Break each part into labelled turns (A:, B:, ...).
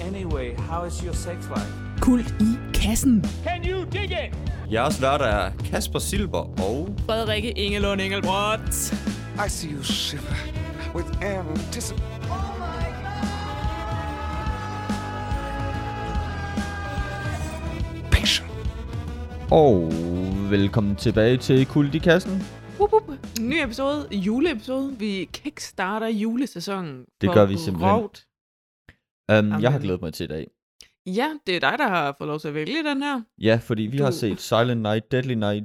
A: Anyway, how is your sex life?
B: Kult i kassen.
C: Can you dig it?
D: Jeres værter er Kasper Silber og...
B: Frederikke Ingelund Engelbrot.
E: I see you shiver with anticipation.
D: Og velkommen tilbage til Kult i Kassen. Øhm,
B: Wup, wup. Ny episode, juleepisode. Vi kickstarter julesæsonen.
D: Det
B: for
D: gør vi simpelthen.
B: grovt.
D: Um, jeg har
B: Amen.
D: glædet mig til i dag.
B: Ja, det er dig, der har fået lov til at vælge den her.
D: Ja, fordi vi har
B: Du-
D: set Silent Night, Deadly Night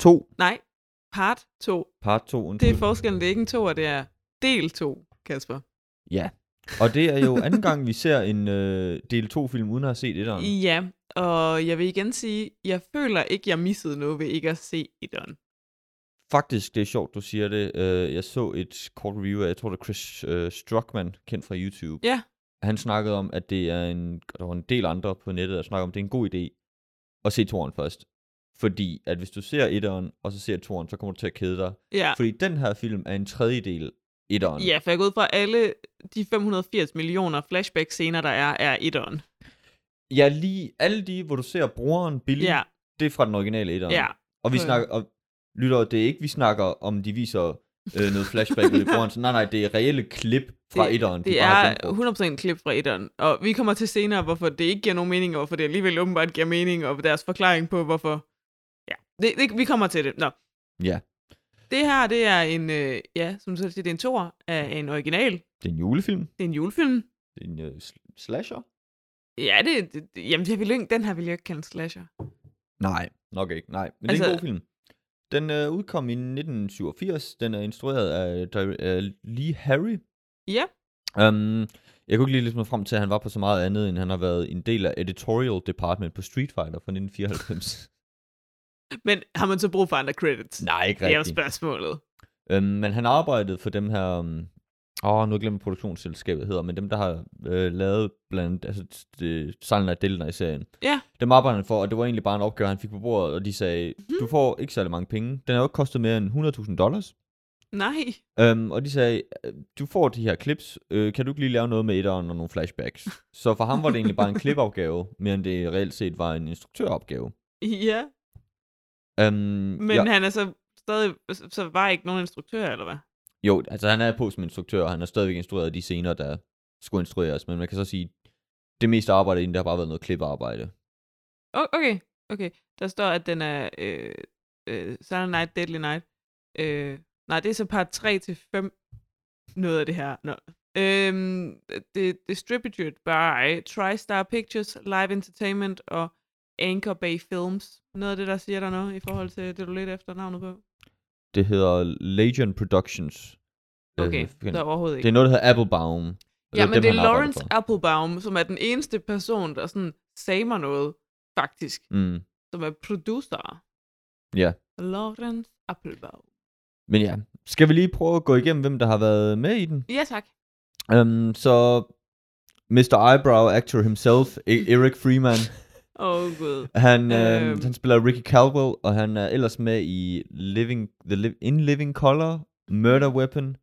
D: 2,
B: Nej, part 2.
D: part 2.
B: Det er forskellen, det er ikke en to, og det er del 2, Kasper.
D: Ja. Og det er jo anden gang, vi ser en øh, del 2-film, uden at have set etteren.
B: Ja, og jeg vil igen sige, jeg føler ikke, jeg missede noget ved ikke at se etteren.
D: Faktisk, det er sjovt, du siger det. Øh, jeg så et kort review af, jeg tror det er Chris øh, Struckman, kendt fra YouTube.
B: Ja.
D: Han snakkede om, at det er en, og der var en del andre på nettet, der snakkede om, at det er en god idé at se toeren først. Fordi at hvis du ser etteren, og så ser toeren, så kommer du til at kede dig.
B: Ja,
D: Fordi den her film er en tredjedel etteren.
B: ja for jeg går ud fra alle de 580 millioner flashback-scener, der er, er etteren.
D: Ja, lige alle de, hvor du ser broren Billy,
B: Ja,
D: det er fra den originale etteren.
B: ja.
D: Og vi
B: Ja.
D: snakker, og lytter, det er ikke, vi snakker om, de viser øh, noget flashback eller broren. Så Nej, nej, det er reelle klip fra
B: Det-
D: etteren. de
B: Det
D: bare har
B: er
D: genbrugt.
B: 100% klip fra etteren, og vi kommer til senere, hvorfor det ikke giver nogen mening, og hvorfor det alligevel åbenbart giver mening, og deres forklaring på, hvorfor... Ja, det, det, vi kommer til det. Nå.
D: Ja.
B: Det her, det er en, øh, ja, som du selv siger, det er en toer af en original.
D: Det er en julefilm.
B: Det er en julefilm.
D: Det er en øh, sl- slasher.
B: Ja, det, det det- jamen, jeg vil ikke, den her vil jeg ikke kalde en slasher.
D: Nej. Nok ikke, nej. Men det er en
B: Altså-
D: god film. Den øh, udkom i 1987. Den er instrueret af, dir- af Lee Harry.
B: Ja.
D: Um, jeg kunne ikke lige ligesom nå frem til, at han var på så meget andet, end han har været en del af editorial department på Street Fighter fra 1994.
B: Men har man så brug for andre credits?
D: nej, ikke
B: det er jo
D: rigtigt.
B: spørgsmålet.
D: Um, men han arbejdede for dem her... Um, Åh, oh, nu har jeg glemt, hvad produktionsselskabet hedder, men dem, der har øh, lavet blandt andet altså, det, Silent Night Delta i serien.
B: Ja.
D: Dem arbejder han for, og det var egentlig bare en opgave, han fik på bordet, og de sagde,
B: Mhm.
D: du får ikke særlig mange penge. Den har jo ikke kostet mere end 100.000 dollars.
B: Nej.
D: Um, og de sagde, "Øh, du får de her clips, øh, kan du ikke lige lave noget med etteren og nogle flashbacks? Så for ham var det egentlig bare en klipopgave, mere end det reelt set var en instruktøropgave.
B: Ja,
D: Um,
B: men ja. han er så stadig, så- så var ikke nogen instruktør, eller hvad?
D: Jo, altså han er på som instruktør, og han har stadigvæk instrueret de scener, der skulle instrueres, men man kan så sige, det meste arbejde inden, det har bare været noget kliparbejde.
B: O- Okay, okay. Der står, at den er øh, øh, Silent Night, Deadly Night. Øh, nej, det er så part 3 til 5. Noget af det her. Nå. Øhm, det er distributed by TriStar Pictures, Live Entertainment og Anchor Bay Films. Noget af det, der siger der noget i forhold til det, du lidt efter navnet
D: Øh,
B: på.
D: Det hedder Legion Productions. Øh,
B: Okay,
D: kan-
B: der er overhovedet
D: det
B: ikke.
D: er noget, der hedder Applebaum. Og
B: ja, men
D: dem,
B: det er
D: han arbejder
B: Lawrence
D: for.
B: Applebaum, som er den eneste person, der sådan sagde mig noget, faktisk,
D: Mm.
B: som er producer.
D: Ja.
B: Lawrence Applebaum.
D: Men ja, skal vi lige prøve at gå igennem, hvem der har været med i den?
B: Ja, tak.
D: Um, så Mr. Eyebrow actor himself, E- Eric Freeman,
B: Åh, oh, gud.
D: han, øhm.
B: Øhm.
D: han spiller Ricky Caldwell, og han er ellers med i Living, The Liv- In Living Color, Murder Weapon.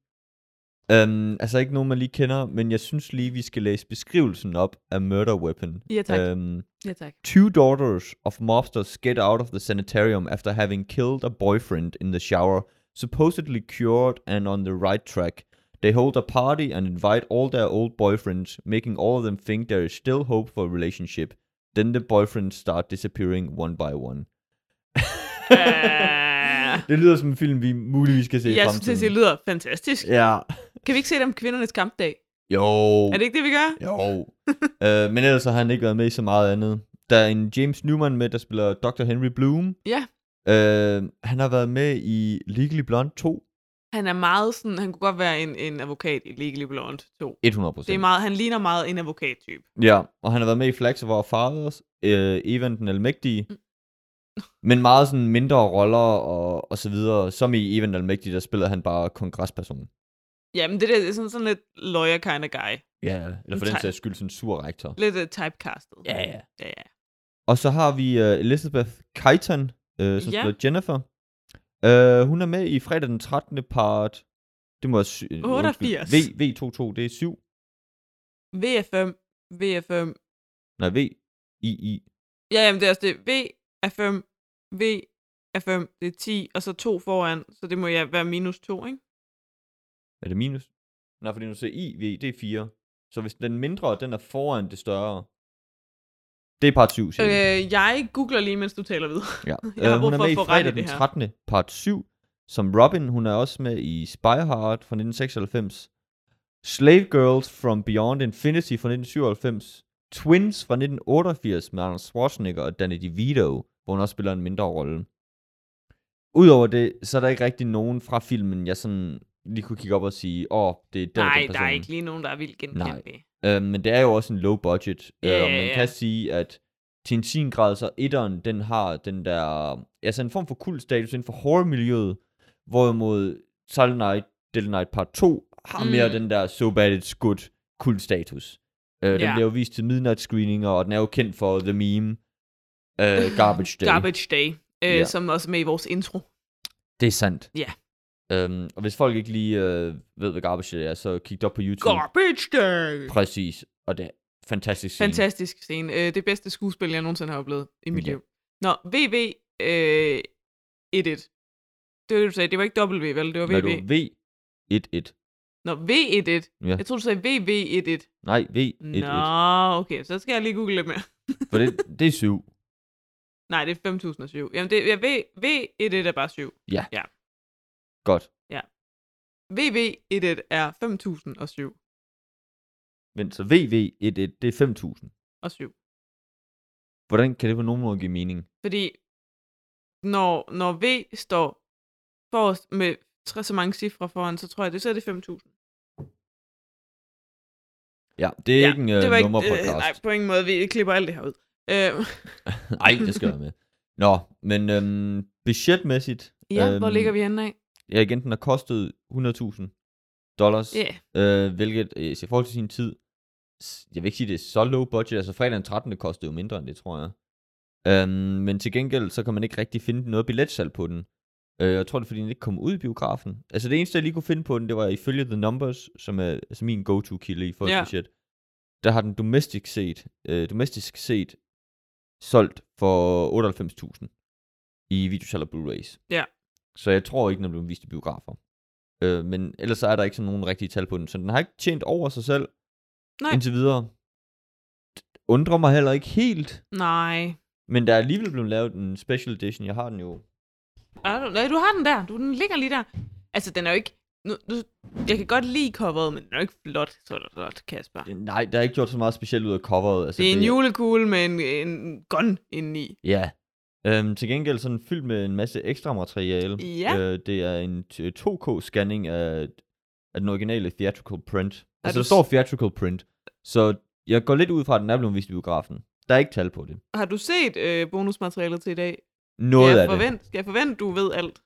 D: Um, altså ikke nogen, man lige kender, men jeg synes lige, vi skal læse beskrivelsen op af Murder Weapon.
B: Ja, tak.
D: Um,
B: Ja, tak.
D: Two daughters of mobsters get out of the sanitarium after having killed a boyfriend in the shower, supposedly cured and on the right track. They hold a party and invite all their old boyfriends, making all of them think there is still hope for a relationship. Then the boyfriends start disappearing one by one. Det lyder som en film, vi muligvis kan se i
B: jeg synes,
D: fremtiden.
B: det, det lyder fantastisk.
D: Ja.
B: Kan vi ikke se dem kvindernes kampdag?
D: Jo.
B: Er det ikke det, vi gør?
D: Jo. øh, men ellers har han ikke været med i så meget andet. Der er en James Newman med, der spiller Dr. Henry Bloom.
B: Ja.
D: Øh, han har været med i Legally Blonde 2.
B: Han er meget sådan, han kunne godt være en, en advokat i Legally Blonde 2.
D: 100 procent.
B: Det er meget, han ligner meget en advokattype.
D: Ja, og han har været med i Flags of Our Fathers, øh, Evan den Almægtige.
B: Mm.
D: Men meget sådan mindre roller og, og så videre. Som i Evan den Almægtige, der spiller han bare kongresperson.
B: Jamen, det, der, det er sådan, sådan lidt lawyer kind of guy.
D: Ja, eller for den sags skyld sådan en sur rektor.
B: Lidt uh, typecastet.
D: Ja, ja.
B: ja, ja.
D: Og så har vi uh, Elizabeth Keitan, uh, som
B: Ja.
D: ja. spiller Jennifer. Uh, hun er med i fredag den 13. part. Det må jeg sy- øh,
B: 88.
D: undskyld, V, V22, det er 7.
B: VFM VFM.
D: Nej, V, I, I.
B: Ja, jamen det er også det. V er 5. V er 5. Det er 10, og så 2 foran, så det må ja være minus 2, ikke?
D: Er det minus? Nej, fordi nu ser I, V, det er 4. Så hvis den mindre, den er foran det større. Det er part 7, siger de.
B: Øh, jeg googler lige, mens du taler videre.
D: Ja.
B: Jeg har
D: Øh,
B: brug
D: hun er
B: for
D: med
B: at
D: i
B: få ret i
D: fredag
B: det
D: den
B: her.
D: 13. part 7 som Robin. Hun er også med i Spy Hard fra 1996. Slave Girls from Beyond Infinity fra 1997. Twins fra 1988 med Arnold Schwarzenegger og Danny DeVito, hvor hun også spiller en mindre rolle. Udover det, så er der ikke rigtig nogen fra filmen, jeg sådan lige kunne kigge op og sige, åh, det er den, og
B: Nej,
D: den person.
B: der er ikke lige nogen, der er vildt genkendelige.
D: Øh, men det er jo også en low budget.
B: Ja,
D: øh, og
B: ja,
D: man
B: ja.
D: kan sige, at til en sin grad, så etteren, den har den der, altså en form for kult status inden for horror-miljøet, hvorimod Silent Night, Dead Night Part 2 har mere
B: Mm.
D: den der so bad it's good kult status. Øh, den
B: Ja.
D: bliver jo vist til midnight screeninger, og den er jo kendt for The Meme, øh, Garbage Day.
B: Garbage Day, øh,
D: Ja.
B: som også er med i vores intro.
D: Det er sandt.
B: Ja.
D: Øhm, og hvis folk ikke lige øh, ved, hvad Garbage Day er, så kig det op på YouTube.
B: Garbage Day!
D: Præcis, og det er fantastisk scene.
B: Fantastisk scene. Øh, det bedste skuespil, jeg nogensinde har oplevet i mit
D: Ja.
B: liv. Nå, VV øh, 1-1. Det var det, du sagde. Det var ikke W, vel? Det var
D: Når du
B: VV.
D: V11.
B: Nå, V1-1.
D: Ja.
B: Jeg tror du sagde VV1-1.
D: Nej, V11.
B: Nå, okay. Så skal jeg lige google lidt mere.
D: For det, det er 7.
B: Nej, det er 5.007. Jamen, det, jeg ved, V11 er bare 7.
D: Godt.
B: VV11 er 5.007
D: Men så VV11, det er 5.000.
B: og 7.
D: Hvordan kan det på nogen måde give mening?
B: Fordi når, når V står forrest med tre så mange cifre foran, så tror jeg, det så er det 5.000.
D: Ja, det er ja, ikke en
B: det
D: uh,
B: var øh,
D: nummerpodcast.
B: nej, på ingen måde. Vi klipper alt det her ud. Øh,
D: nej, det skal være med. Nå, men øhm, budgetmæssigt...
B: ja, øhm, hvor ligger vi henne af?
D: Ja, igen, den har kostet 100.000 dollars,
B: Ja, yeah,
D: yeah. øh, hvilket øh, i forhold til sin tid, s- jeg vil ikke sige, det er så low budget, altså fredag den 13. kostede jo mindre end det, tror jeg. Øhm, men til gengæld, så kan man ikke rigtig finde noget billetsalg på den. Øh, jeg tror, det er, fordi den ikke kom ud i biografen. Altså det eneste, jeg lige kunne finde på den, det var ifølge The Numbers, som er altså min go-to-kilde i forhold til
B: Ja.
D: budget. Der har den domestic set, øh, domestisk set solgt for 98.000 i videosalg og Blu-rays.
B: Ja.
D: Så jeg tror ikke, den er blevet vist i biografer. Øh, men ellers så er der ikke sådan nogen rigtige tal på den. Så den har ikke tjent over sig selv
B: Nej.
D: indtil videre. Undrer mig heller ikke helt,
B: nej.
D: men der er alligevel blevet lavet en special edition. Jeg har den jo.
B: Er du- Nej, du har den der. Du, den ligger lige der. Altså, den er jo ikke... Nu, nu, jeg kan godt lide coveret, men den er jo ikke flot, så flot, Kasper.
D: Nej, der er ikke gjort så meget specielt ud af coveret. Altså,
B: Det er en julekugle med en, en gun indeni.
D: Ja. Øhm, til gengæld sådan fyldt med en masse ekstra materiale.
B: Ja.
D: Øh, det er en t- 2K-scanning af, af den originale theatrical print. Altså,
B: du
D: der
B: s-
D: står theatrical print. Så jeg går lidt ud fra, at den er blevet vist i biografen. Der er ikke tal på det.
B: Har du set øh, bonusmaterialet til i dag?
D: Noget
B: skal
D: af
B: jeg
D: det.
B: forvente, Skal jeg forvente, du ved alt?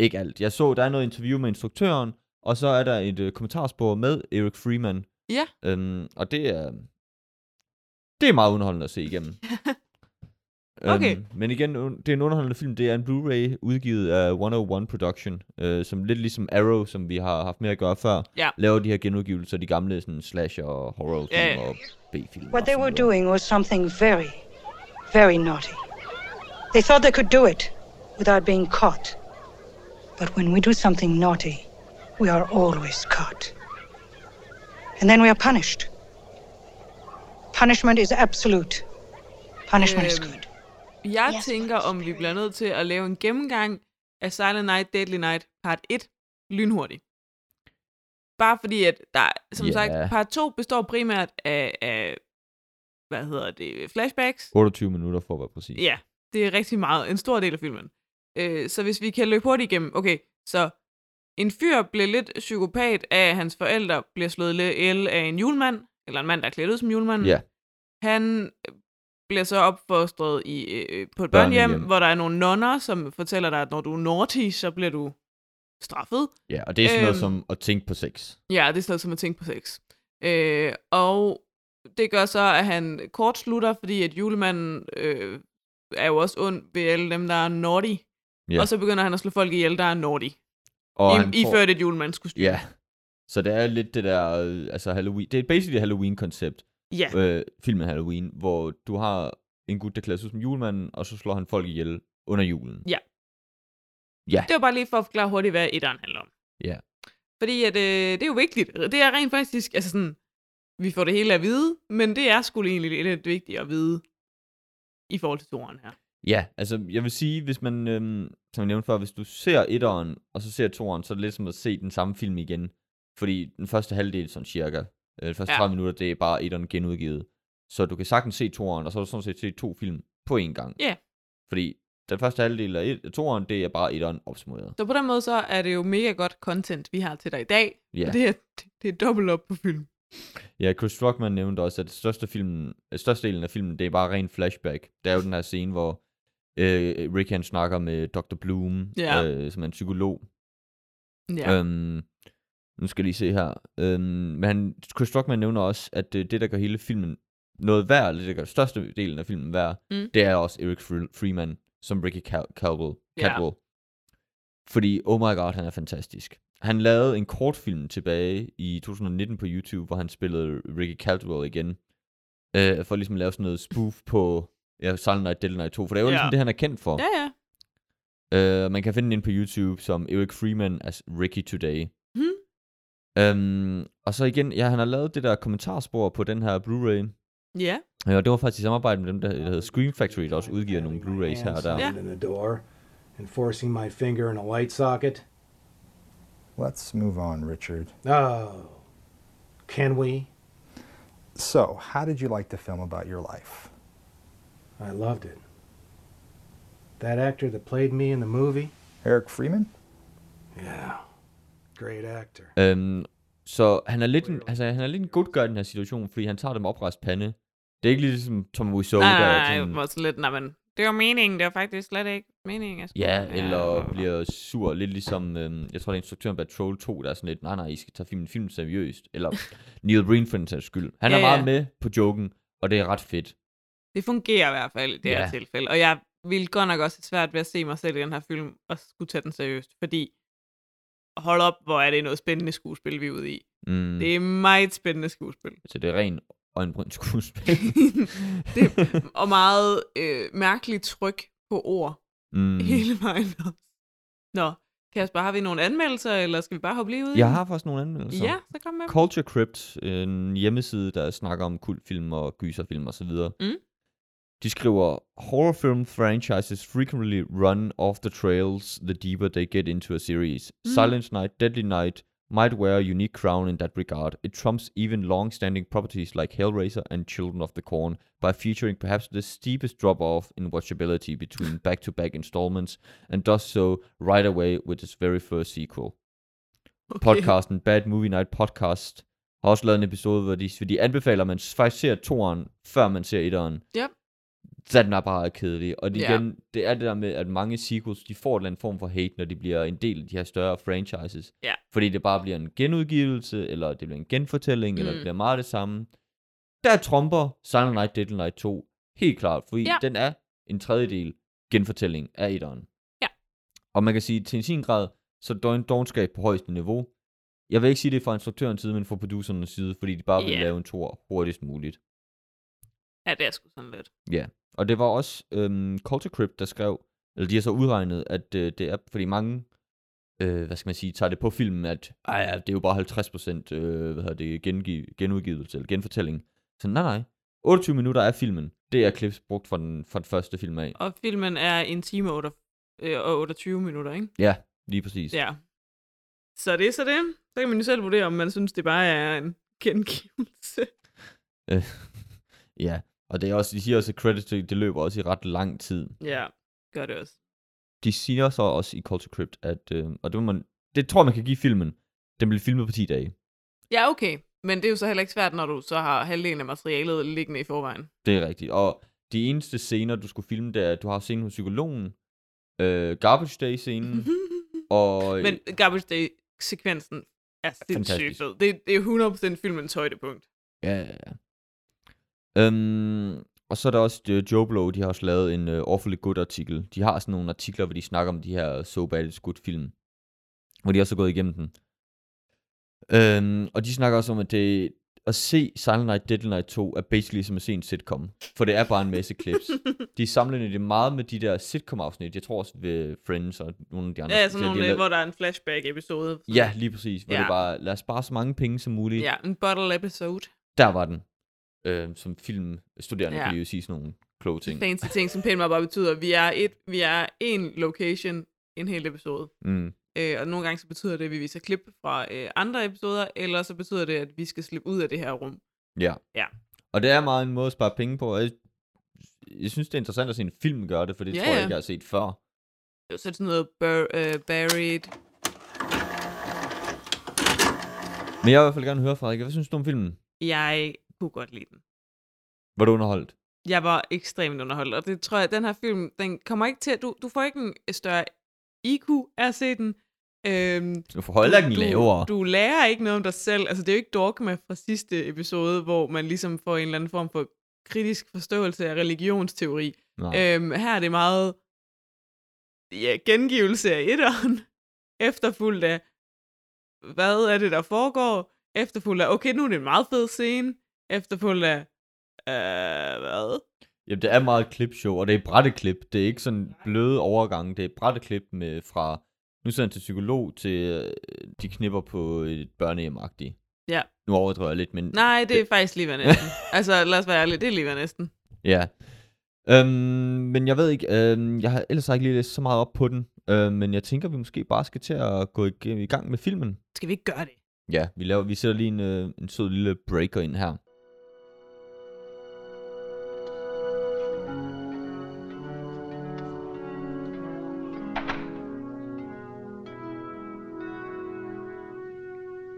D: Ikke alt. Jeg så, der er noget interview med instruktøren, og så er der et øh, kommentarspor med Eric Freeman.
B: Ja.
D: Øhm, og det er... Det er meget underholdende at se igennem.
B: Okay.
D: Øhm, men igen, un- det er en underholdende film. Det er en Blu-ray udgivet af 101 Production, øh, som lidt ligesom Arrow, som vi har haft med at gøre før,
B: Ja.
D: laver de her genudgivelser, af de gamle sådan, slasher og horror film
B: Ja, ja.
D: og B-film.
C: What they were doing was something very, very naughty. They thought they could do it without being caught. But when we do something naughty, we are always caught. And then we are punished. Punishment is absolute, punishment is
B: Um,
C: good.
B: Jeg yes, tænker, om vi bliver nødt til at lave en gennemgang af Silent Night, Deadly Night, part 1, lynhurtigt. Bare fordi, at der, som
D: Ja.
B: yeah. sagt, part 2 består primært af, af, hvad hedder det, flashbacks.
D: 28 minutter for at være præcis.
B: Ja, det er rigtig meget, en stor del af filmen. Øh, så hvis vi kan løbe hurtigt igennem, okay, så en fyr bliver lidt psykopat af, at hans forældre bliver slået ihjel af en julemand, eller en mand, der er klædt ud som julemand.
D: Ja.
B: Han øh, bliver så opfostret i, øh, på et
D: Børnehjem.
B: børnehjem, hvor der er nogle nonner, som fortæller dig, at når du er naughty, så bliver du straffet.
D: ja, og det er sådan noget
B: Øhm.
D: som at tænke på sex.
B: Ja, det er sådan noget som at tænke på sex. Øh, og det gør så, at han kortslutter, fordi at julemanden øh, er jo også ond ved alle dem, der er naughty.
D: Ja.
B: Og så begynder han at slå folk ihjel, der er naughty.
D: Og
B: I,
D: han får-
B: Iført et julemandskostyme.
D: Ja. Så det er lidt det der, øh, altså Halloween, det er basically et Halloween-koncept.
B: Ja,
D: øh, filmen Halloween, hvor du har en gut, der klæder sig ud som julemanden, og så slår han folk ihjel under julen.
B: Ja.
D: Ja,
B: det var bare lige for at forklare hurtigt, hvad etteren handler om.
D: Ja.
B: Fordi at, øh, det er jo vigtigt. Det er rent faktisk, altså sådan, vi får det hele at vide, men det er sgu egentlig lidt vigtigt at vide i forhold til toren her.
D: ja altså jeg vil sige, hvis man, øhm, som jeg nævnte før, hvis du ser etteren, og så ser toeren, så er det lidt som at se den samme film igen. Fordi den første halvdel, sådan cirka, øh, de første
B: Ja.
D: 30 minutter, det er bare etteren genudgivet. Så du kan sagtens se toeren, og så har du sådan set set to film på én gang.
B: Ja.
D: Fordi den første halvdel af et- af toeren, det er bare etteren opsummeret.
B: Så på den måde, så er det jo mega godt content, vi har til dig i dag.
D: Ja.
B: Og det er, det er dobbelt op på film.
D: Ja, Chris Rockman nævnte også, at største filmen, øh, størstedelen af filmen, det er bare ren flashback. Der er jo den her scene, hvor øh, Rick han snakker med Dr. Bloom,
B: Ja.
D: øh, som er en psykolog.
B: Ja.
D: Ja. Øhm, nu skal jeg lige se her. Øhm, men han, Chris Rockman nævner også, at øh, det, der gør hele filmen noget værd, eller det, der gør størstedelen af filmen værd,
B: Mm.
D: det er også Eric Fre- Freeman som Ricky Cal- Calwell.
B: Ja.
D: Catwell. Fordi, oh my god, han er fantastisk. Han lavede en kortfilm tilbage i 2019 på YouTube, hvor han spillede Ricky Caldwell igen. Øh, for ligesom at lave sådan noget spoof på ja, Silent Night, Deadly Night 2. For det er jo
B: Ja.
D: ligesom det, han er kendt for.
B: ja, ja.
D: Øh, man kan finde den inde på YouTube som Eric Freeman as Ricky Today.
B: Hmm.
D: Øhm, og så igen, ja, han har lavet det der kommentarspor på den her Blu-ray.
B: Ja.
D: Ja, og det var faktisk i samarbejde med dem, der, der hedder Scream Factory, der også udgiver nogle Blu-rays her og der.
B: Ja.
F: in the door and forcing my finger in a light socket.
G: Let's move on, Richard.
F: Oh, can we?
G: So, how did you like the film about your life?
F: I loved it. That actor that played me in the movie?
G: Eric Freeman?
F: Yeah. Great actor.
D: Øhm, så han er lidt en, altså, han er lidt en good guy i den her situation, fordi han tager dem oprejst pande. Det er ikke ligesom Tom Wiseau,
B: Nej,
D: der er
B: nej,
D: sådan-
B: nej, var sådan lidt, nej, men det var meningen, det var faktisk slet ikke meningen. Jeg skulle-
D: Ja, eller
B: hvor-
D: bliver sur, lidt ligesom, øhm, jeg tror det er instruktøren bag Troll 2, der er sådan lidt, nej nej, I skal tage filmen, filmen seriøst, eller Neil Breen for den sags skyld. Han
B: Ja,
D: er meget
B: ja.
D: med på joken, og det er ret fedt.
B: Det fungerer i hvert fald i det
D: Ja.
B: her tilfælde. Og jeg ville godt nok også have svært ved at se mig selv i den her film og skulle tage den seriøst, fordi hold op, hvor er det noget spændende skuespil, vi er ude i.
D: Mm,
B: Det
D: det...
B: er meget spændende skuespil.
D: Så det er ren øjenbryn skuespil.
B: det, og meget øh, mærkeligt tryk på ord
D: mm.
B: mm. hele vejen op. Nå, Kasper, har vi nogle anmeldelser, eller skal vi bare hoppe lige ud i
D: Jeg
B: den?
D: har faktisk nogle anmeldelser.
B: Ja, så kom med. dem.
D: Culture Crypt, en hjemmeside, der snakker om kultfilm og gyserfilm og så videre.
B: Mm.
D: De skriver, horror film franchises frequently run off the trails the deeper they get into a series.
B: Mm.
D: Silent Night, Deadly Night might wear a unique crown in that regard. It trumps even long-standing properties like Hellraiser and Children of the Corn by featuring perhaps the steepest drop-off in watchability between back-to-back installments and does so right away with its very first sequel podcasten Bad Movie Night Podcast har også lavet en episode, hvor de, hvor de anbefaler, at man faktisk ser toeren, før man ser etteren.
B: Ja.
D: Så den er bare kedelig. Og det,
B: Ja.
D: igen, det er det der med, at mange sequels, de får en eller anden form for hate, når de bliver en del af de her større franchises.
B: Ja.
D: Fordi det bare bliver en genudgivelse, eller det bliver en genfortælling, mm. eller
B: Mm.
D: det bliver meget det samme. Der tromper Silent Night, Deadly Night 2 helt klart, fordi
B: Ja.
D: ja. den er en tredjedel genfortælling af etteren.
B: Ja.
D: Og man kan sige, til en sin grad, så er det en dogenskab på højeste niveau. Jeg vil ikke sige det er fra instruktørens side, men fra producernes side, fordi de bare vil
B: Ja.
D: lave en tor hurtigst muligt.
B: Ja, det er sgu sådan lidt.
D: Og det var også øhm, Culture Crypt, der skrev, eller de har så udregnet, at øh, det er, fordi mange, øh, hvad skal man sige, tager det på filmen, at ej, ja, det er jo bare 50% øh, hvad hedder det, gengiv- genudgivelse eller genfortælling. Så nej, nej. 28 minutter af filmen, det er klips brugt fra den, fra den første film af.
B: Og filmen er en time og, otte, øh, og 28 minutter, ikke?
D: Ja, lige præcis.
B: Ja. Så det er så det. Så kan man jo selv vurdere, om man synes, det bare er en gengivelse.
D: Øh, ja. Og det er også, de siger også, at credit, det det løber også i ret lang tid.
B: Ja, gør det også.
D: de siger så også i Culture Crypt, at, øh, og det, må man, det tror jeg, man kan give filmen, den blev filmet på 10 dage.
B: Ja, okay. Men det er jo så heller ikke svært, når du så har halvdelen af materialet liggende i forvejen.
D: Det er rigtigt. Og de eneste scener, du skulle filme, det er, at du har scenen hos psykologen, øh, Garbage Day-scenen, og... øh,
B: Mm. Mhm. Men Garbage Day-sekvensen er sindssygt
D: Fantastisk.
B: fed. Det, det er 100% filmens højdepunkt.
D: Ja, ja, ja. Øhm, og så er der også øh, Joe Blow, de har også lavet en øh, awfully good artikel. De har sådan nogle artikler, hvor de snakker om de her So Bad It's Good film. Hvor de også er gået igennem den. Øhm, og de snakker også om, at det, at se Silent Night, Deadly Night 2 er basically som at se en sitcom. For det er bare en masse clips. de sammenligner det meget med de der sitcom-afsnit. Jeg tror også ved Friends og nogle af de andre. serier,
B: Ja, sådan
D: de
B: nogle,
D: har
B: øh,
D: lavet-
B: hvor der er en flashback-episode.
D: Ja, lige præcis. Hvor ja.
B: Ja.
D: det bare, lad os spare så mange penge som muligt.
B: Ja, en bottle episode.
D: Der var den. Øh, som filmstuderende ja.
B: Ja.
D: kan lige sige sådan nogle kloge ting.
B: Fancy ting, som pænt meget bare betyder, vi er et, vi er en location, en hel episode.
D: Mm.
B: Øh, og nogle gange så betyder det, at vi viser klip fra øh, andre episoder, eller så betyder det, at vi skal slippe ud af det her rum.
D: Ja.
B: Ja.
D: Og det er meget en måde at spare penge på. og Jeg, jeg synes, det er interessant at se en film gøre det, for det
B: Ja,
D: tror jeg
B: ja.
D: ikke, jeg har set før.
B: Så er det sådan noget bur- øh, buried.
D: Men jeg vil i hvert fald gerne høre, Frederik, hvad synes du om filmen?
B: Jeg kunne godt lide den.
D: Var du underholdt?
B: Jeg var ekstremt underholdt, og det tror jeg, at den her film, den kommer ikke til at... Du, du får ikke en større IQ af at se den. Øhm,
D: Du får heller ikke
B: du,
D: lavere.
B: Du lærer ikke noget om dig selv. Altså, det er jo ikke dogma fra sidste episode, hvor man ligesom får en eller anden form for kritisk forståelse af religionsteori.
D: Nej.
B: Øhm, her er det meget ja, gengivelse af etteren, efterfulgt af, hvad er det, der foregår? Efterfulgt af, okay, nu er det en meget fed scene. Efterfulgt af, øh, hvad?
D: Jamen, det er meget et klipshow, og det er brætte klip. Det er ikke sådan bløde overgange. Det er brætte klip med fra, nu sidder han til psykolog, til øh, de knipper på et børnehjem
B: Ja.
D: Nu overdriver jeg lidt, men
B: Nej, det er faktisk lige hvad næsten. altså, lad os være ærlige, det er lige hvad næsten.
D: ja. Øhm, men jeg ved ikke, øhm, jeg har ellers har ikke lige læst så meget op på den, øhm, men jeg tænker, vi måske bare skal til at gå ig- i gang med filmen.
B: Skal vi ikke gøre det?
D: Ja, vi, laver, vi sætter lige en, øh, en sød lille breaker ind her.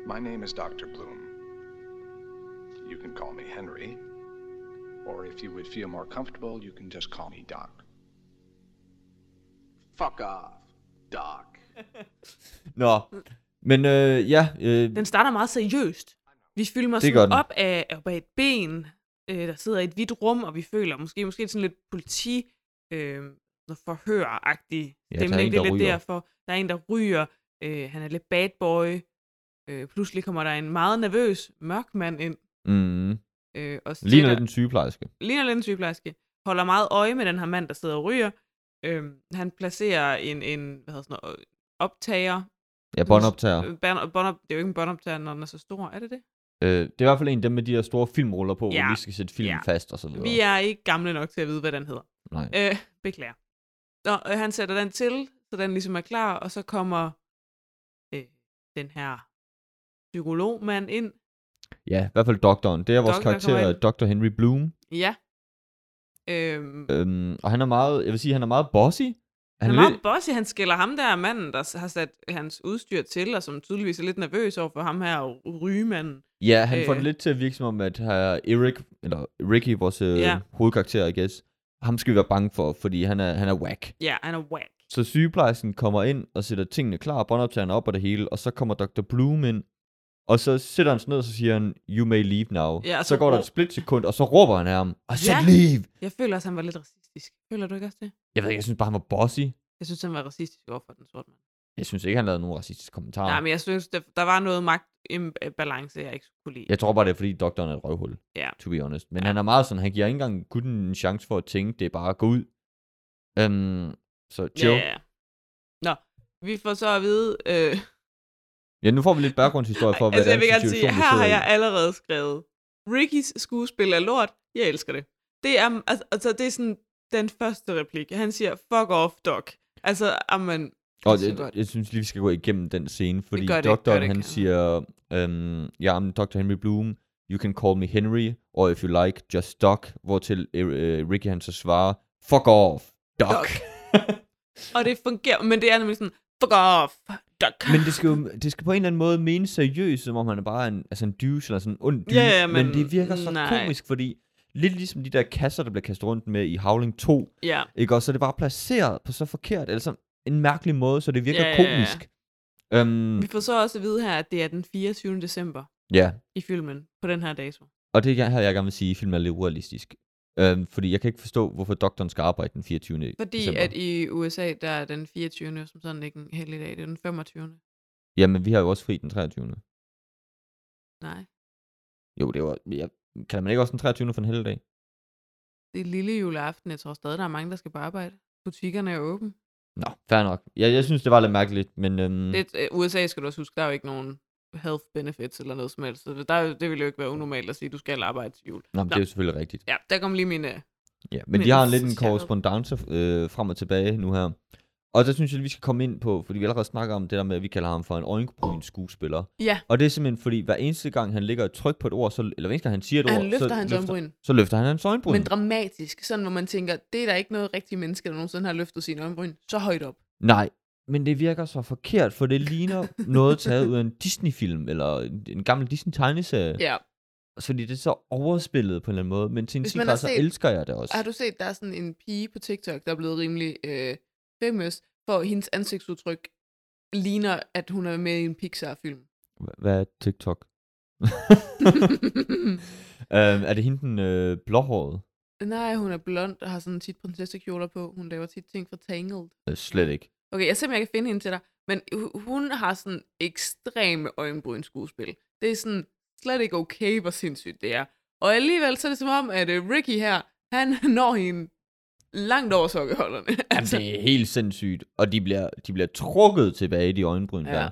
E: My name is Dr. Bloom. You can call me Henry, or if you would feel more comfortable, you can just call me Doc. Fuck off, Doc.
D: Nå, men øh, ja, øh,
B: Den starter meget seriøst. Vi filmer
D: Det gør den.
B: sådan op af, op af et ben, øh, der sidder i et hvidt rum, og vi føler måske, måske sådan lidt politi, øh, noget forhør-agtig
D: Ja, der er
B: stemning.
D: en,
B: det
D: der
B: er lidt
D: ryger.
B: derfor. Der er en, der ryger. Øh, han er lidt bad boy. Øh, pludselig kommer der en meget nervøs mørk mand ind.
D: mm,
B: Øh, og
D: ligner
B: sætter-
D: lidt en sygeplejerske.
B: ligner lidt en sygeplejerske, holder meget øje med den her mand, der sidder og ryger. Øhm, han placerer en, en hvad hedder sådan noget, øh, optager.
D: Ja, båndoptager.
B: Øh, bånd- båndop- det er jo ikke en båndoptager, når den er så stor, er det det?
D: Øh, det er i hvert fald en af dem med de der store filmruller på, ja. hvor
B: Ja.
D: vi lige skal sætte filmen ja.
B: Ja.
D: fast og så videre.
B: Vi er ikke gamle nok til at vide, hvad den hedder.
D: Nej.
B: Øh, beklager. Nå, øh, han sætter den til, så den ligesom er klar, og så kommer øh, den her psykologmand ind.
D: Ja, i hvert fald doktoren. Det er vores
B: Doktor
D: karakter,
B: kommer
D: Dr. Henry Bloom.
B: Ja. Øhm,
D: Øhm, og han er meget, jeg vil sige, han er meget bossy. Han,
B: Han er
D: lidt-
B: meget bossy, han skiller ham der manden, der s- har sat hans udstyr til, og som tydeligvis er lidt nervøs over for ham her rygemanden.
D: Ja, han øh.
B: Øh.
D: får det lidt til at virke som om, at her Erik, eller Ricky, vores øh,
B: Ja.
D: hovedkarakter, I guess, ham skal vi være bange for, fordi han er, han er whack.
B: Ja, han er whack.
D: Så sygeplejersken kommer ind og sætter tingene klar, båndoptageren op og det hele, og så kommer Dr. Bloom ind, og så sætter han sig ned, og så siger han, you may leave now.
B: Ja,
D: så,
B: og
D: så
B: så
D: går der et
B: råb-
D: splitsekund, og så råber han af ham, I said
B: Ja.
D: leave!
B: Jeg føler også, han var lidt racistisk. Føler du ikke også det?
D: Jeg ved ikke, jeg synes bare, han var bossy.
B: Jeg synes, han var racistisk overfor den sorte mand.
D: Jeg synes ikke, han lavede nogen racistiske kommentarer.
B: Nej, men jeg synes, der, der var noget magtbalance, jeg ikke kunne lide.
D: Jeg tror bare, det er fordi doktoren er et røvhul,
B: Ja.
D: to be honest. Men ja. han er meget sådan, han giver ikke engang gutten en chance for at tænke, det er bare at gå ud. Øhm, så chill.
B: Ja, ja, ja. Nå, vi får så at vide... Øh,
D: Ja, nu får vi lidt baggrundshistorie for, hvad
B: altså, jeg
D: det
B: vil
D: er for
B: gerne sige,
D: situation, vi
B: her har
D: sidder
B: jeg allerede skrevet. Rickys skuespil er lort. Jeg elsker det. Det er, altså, altså, det er sådan den første replik. Han siger, fuck off, doc. Altså, amen,
D: i. Og
B: det er
D: jeg,
B: godt.
D: jeg synes lige, vi skal gå igennem den scene, fordi
B: gør det,
D: doktoren,
B: gør det,
D: han
B: Karen.
D: siger, øhm, ja, I'm Dr. Henry Bloom, you can call me Henry, or if you like, just Doc, hvortil øh, Ricky han så svarer, fuck off, Doc.
B: Doc. og det fungerer, men det er nemlig sådan, fuck off, doc.
D: Men det skal jo det skal på en eller anden måde mene seriøst, som om han er bare en, altså en douche eller sådan en ond douche.
B: Ja, ja,
D: men,
B: men
D: det virker så nej.
B: nej.
D: komisk, fordi lidt ligesom de der kasser, der bliver kastet rundt med i Howling 2,
B: ja,
D: ikke? Og så er det bare placeret på så forkert, eller sådan en mærkelig måde, så det virker
B: Ja,
D: ja,
B: ja,
D: komisk. Ja, ja. Um,
B: vi får så også at vide her, at det er den 24. december
D: ja,
B: i filmen, på den her dato.
D: og det jeg- her, jeg gerne vil sige, at filmen er lidt urealistisk. Um, fordi jeg kan ikke forstå, hvorfor doktoren skal arbejde den 24.
B: Fordi
D: december.
B: at i USA, der er den 24. jo som sådan ikke en heldig dag, det er den 25.
D: Jamen, vi har jo også fri den 23.
B: Nej.
D: Jo, det var... Ja, kan man ikke også den 23. for en helligdag?
B: Det er lille juleaften. Jeg tror stadig, der er mange, der skal på arbejde. Butikkerne er åbne.
D: Nå, fair nok. Ja, jeg synes, det var lidt mærkeligt, men... Øhm,
B: Mm. Det, øh, USA skal du også huske, der er jo ikke nogen health benefits eller noget som helst. Så det- der, det ville jo ikke være unormalt at sige, at du skal arbejde til jul.
D: Nå, men det er jo selvfølgelig rigtigt.
B: Ja, der kom lige min... Øh,
D: Ja, men, men
B: Men
D: de har
B: så
D: lidt en
B: sjovt.
D: korrespondence øh, frem og tilbage nu her. Og der synes jeg, at vi skal komme ind på, fordi vi allerede snakker om det der med, at vi kalder ham for en øjenbryn skuespiller.
B: ja,
D: Og det er simpelthen fordi, hver eneste gang han lægger et tryk på et ord, så, eller hver eneste gang han siger et
B: Ah, han
D: ord,
B: løfter
D: så,
B: hans
D: løfter,
B: øjenbryn.
D: så løfter han hans øjenbryn.
B: Men dramatisk, sådan hvor man tænker, det er der ikke noget rigtigt menneske, der nogensinde har løftet sin øjenbryn så højt op.
D: Nej, men det virker så forkert, for det ligner noget taget ud af en Disney-film, eller en, en gammel Disney-tegneserie.
B: Ja.
D: Fordi det er så overspillet på en eller anden måde, men til en
B: Hvis
D: tid
B: man
D: grad,
B: har
D: så
B: set-
D: elsker jeg det også.
B: Har du set, der er sådan en pige på TikTok, der er blevet rimelig øh, famous, for hendes ansigtsudtryk ligner, at hun er med i en Pixar-film.
D: Hva- Hvad er TikTok? øhm, er det hende den øh, blåhårede?
B: Nej, hun er blond og har sådan tit prinsessekjoler på. Hun laver tit ting fra Tangled.
D: Øh, slet ikke.
B: Okay, jeg simpelthen jeg kan finde hende til dig. Men hu- hun har sådan ekstreme øjenbryn skuespil. Det er sådan slet ikke okay, hvor sindssygt det er. Og alligevel så er det som om, at øh, Ricky her, han når hende langt over sokkeholderne.
D: Altså... Det er helt sindssygt, og de bliver, de bliver trukket tilbage i de øjenbryn ja.
B: Ja.
D: der.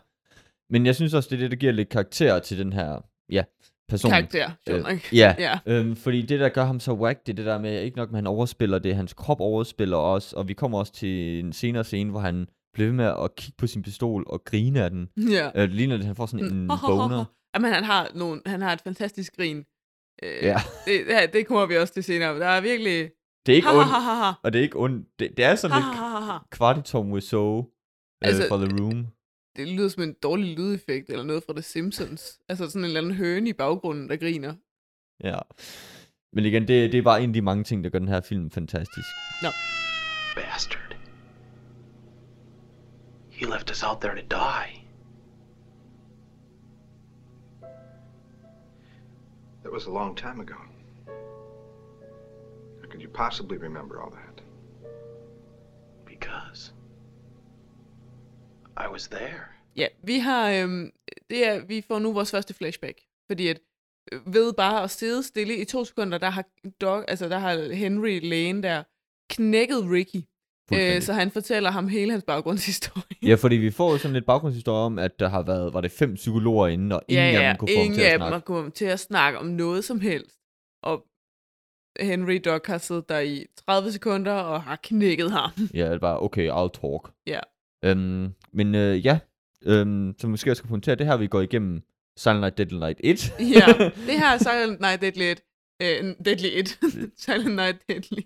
D: Men jeg synes også, det er det, der giver lidt karakter til den her ja, person.
B: karakter, sjovt nok.
D: Øh, ja.
B: Ja.
D: Øhm, fordi det, der gør ham så whack, det er det der med, ikke nok med, at han overspiller det, hans krop overspiller også, og vi kommer også til en senere scene, hvor han bliver ved med at kigge på sin pistol og grine af den.
B: Ja.
D: Øh, det ligner, at han får sådan
B: Mm.
D: en boner.
B: Jamen, han har, nogle, han har et fantastisk grin. Øh,
D: Ja.
B: det, ja, det kommer vi også til senere. Der er virkelig...
D: Det er ikke
B: ha, ha,
D: ondt,
B: ha, ha, ha.
D: og det er ikke ondt. Det, det er sådan
B: Ha,
D: lidt
B: ha, ha, ha.
D: kvartitom Wiseau øh, altså,
B: Altså,
D: for The Room.
B: Det lyder som en dårlig lydeffekt, eller noget fra The Simpsons. Altså sådan en eller anden høne i baggrunden, der griner.
D: Ja. Men igen, det, det er bare en af de mange ting, der gør den her film fantastisk.
H: bastard. He left us out there to die.
E: That was a long time ago. How could you possibly remember all that?
H: Because I was there.
B: Ja, vi har... Øhm, det er, vi får nu vores første flashback. Fordi at øh, ved bare at sidde stille i to sekunder, der har, Doc, altså der har Henry lægen der knækket Ricky. Øh,
D: Fuldstændig.
B: så han fortæller ham hele hans baggrundshistorie.
D: Ja, fordi vi får sådan lidt baggrundshistorie om, at der har været, var det fem psykologer inde, og ingen af dem kunne få ham
B: ingen
D: til at
B: af dem
D: snakke.
B: har kommet til at snakke om noget som helst. Og Henry Doc har siddet der i 30 sekunder og har knækket ham.
D: Ja, det var, okay, I'll talk.
B: Ja.
D: Øhm, men øh, ja, øhm, så måske jeg skal pointere, det her, vi går igennem Silent Night, Deadly Night 1.
B: ja, det her er Silent Night Deadly 1. Øh, Deadly 1. Silent Night Deadly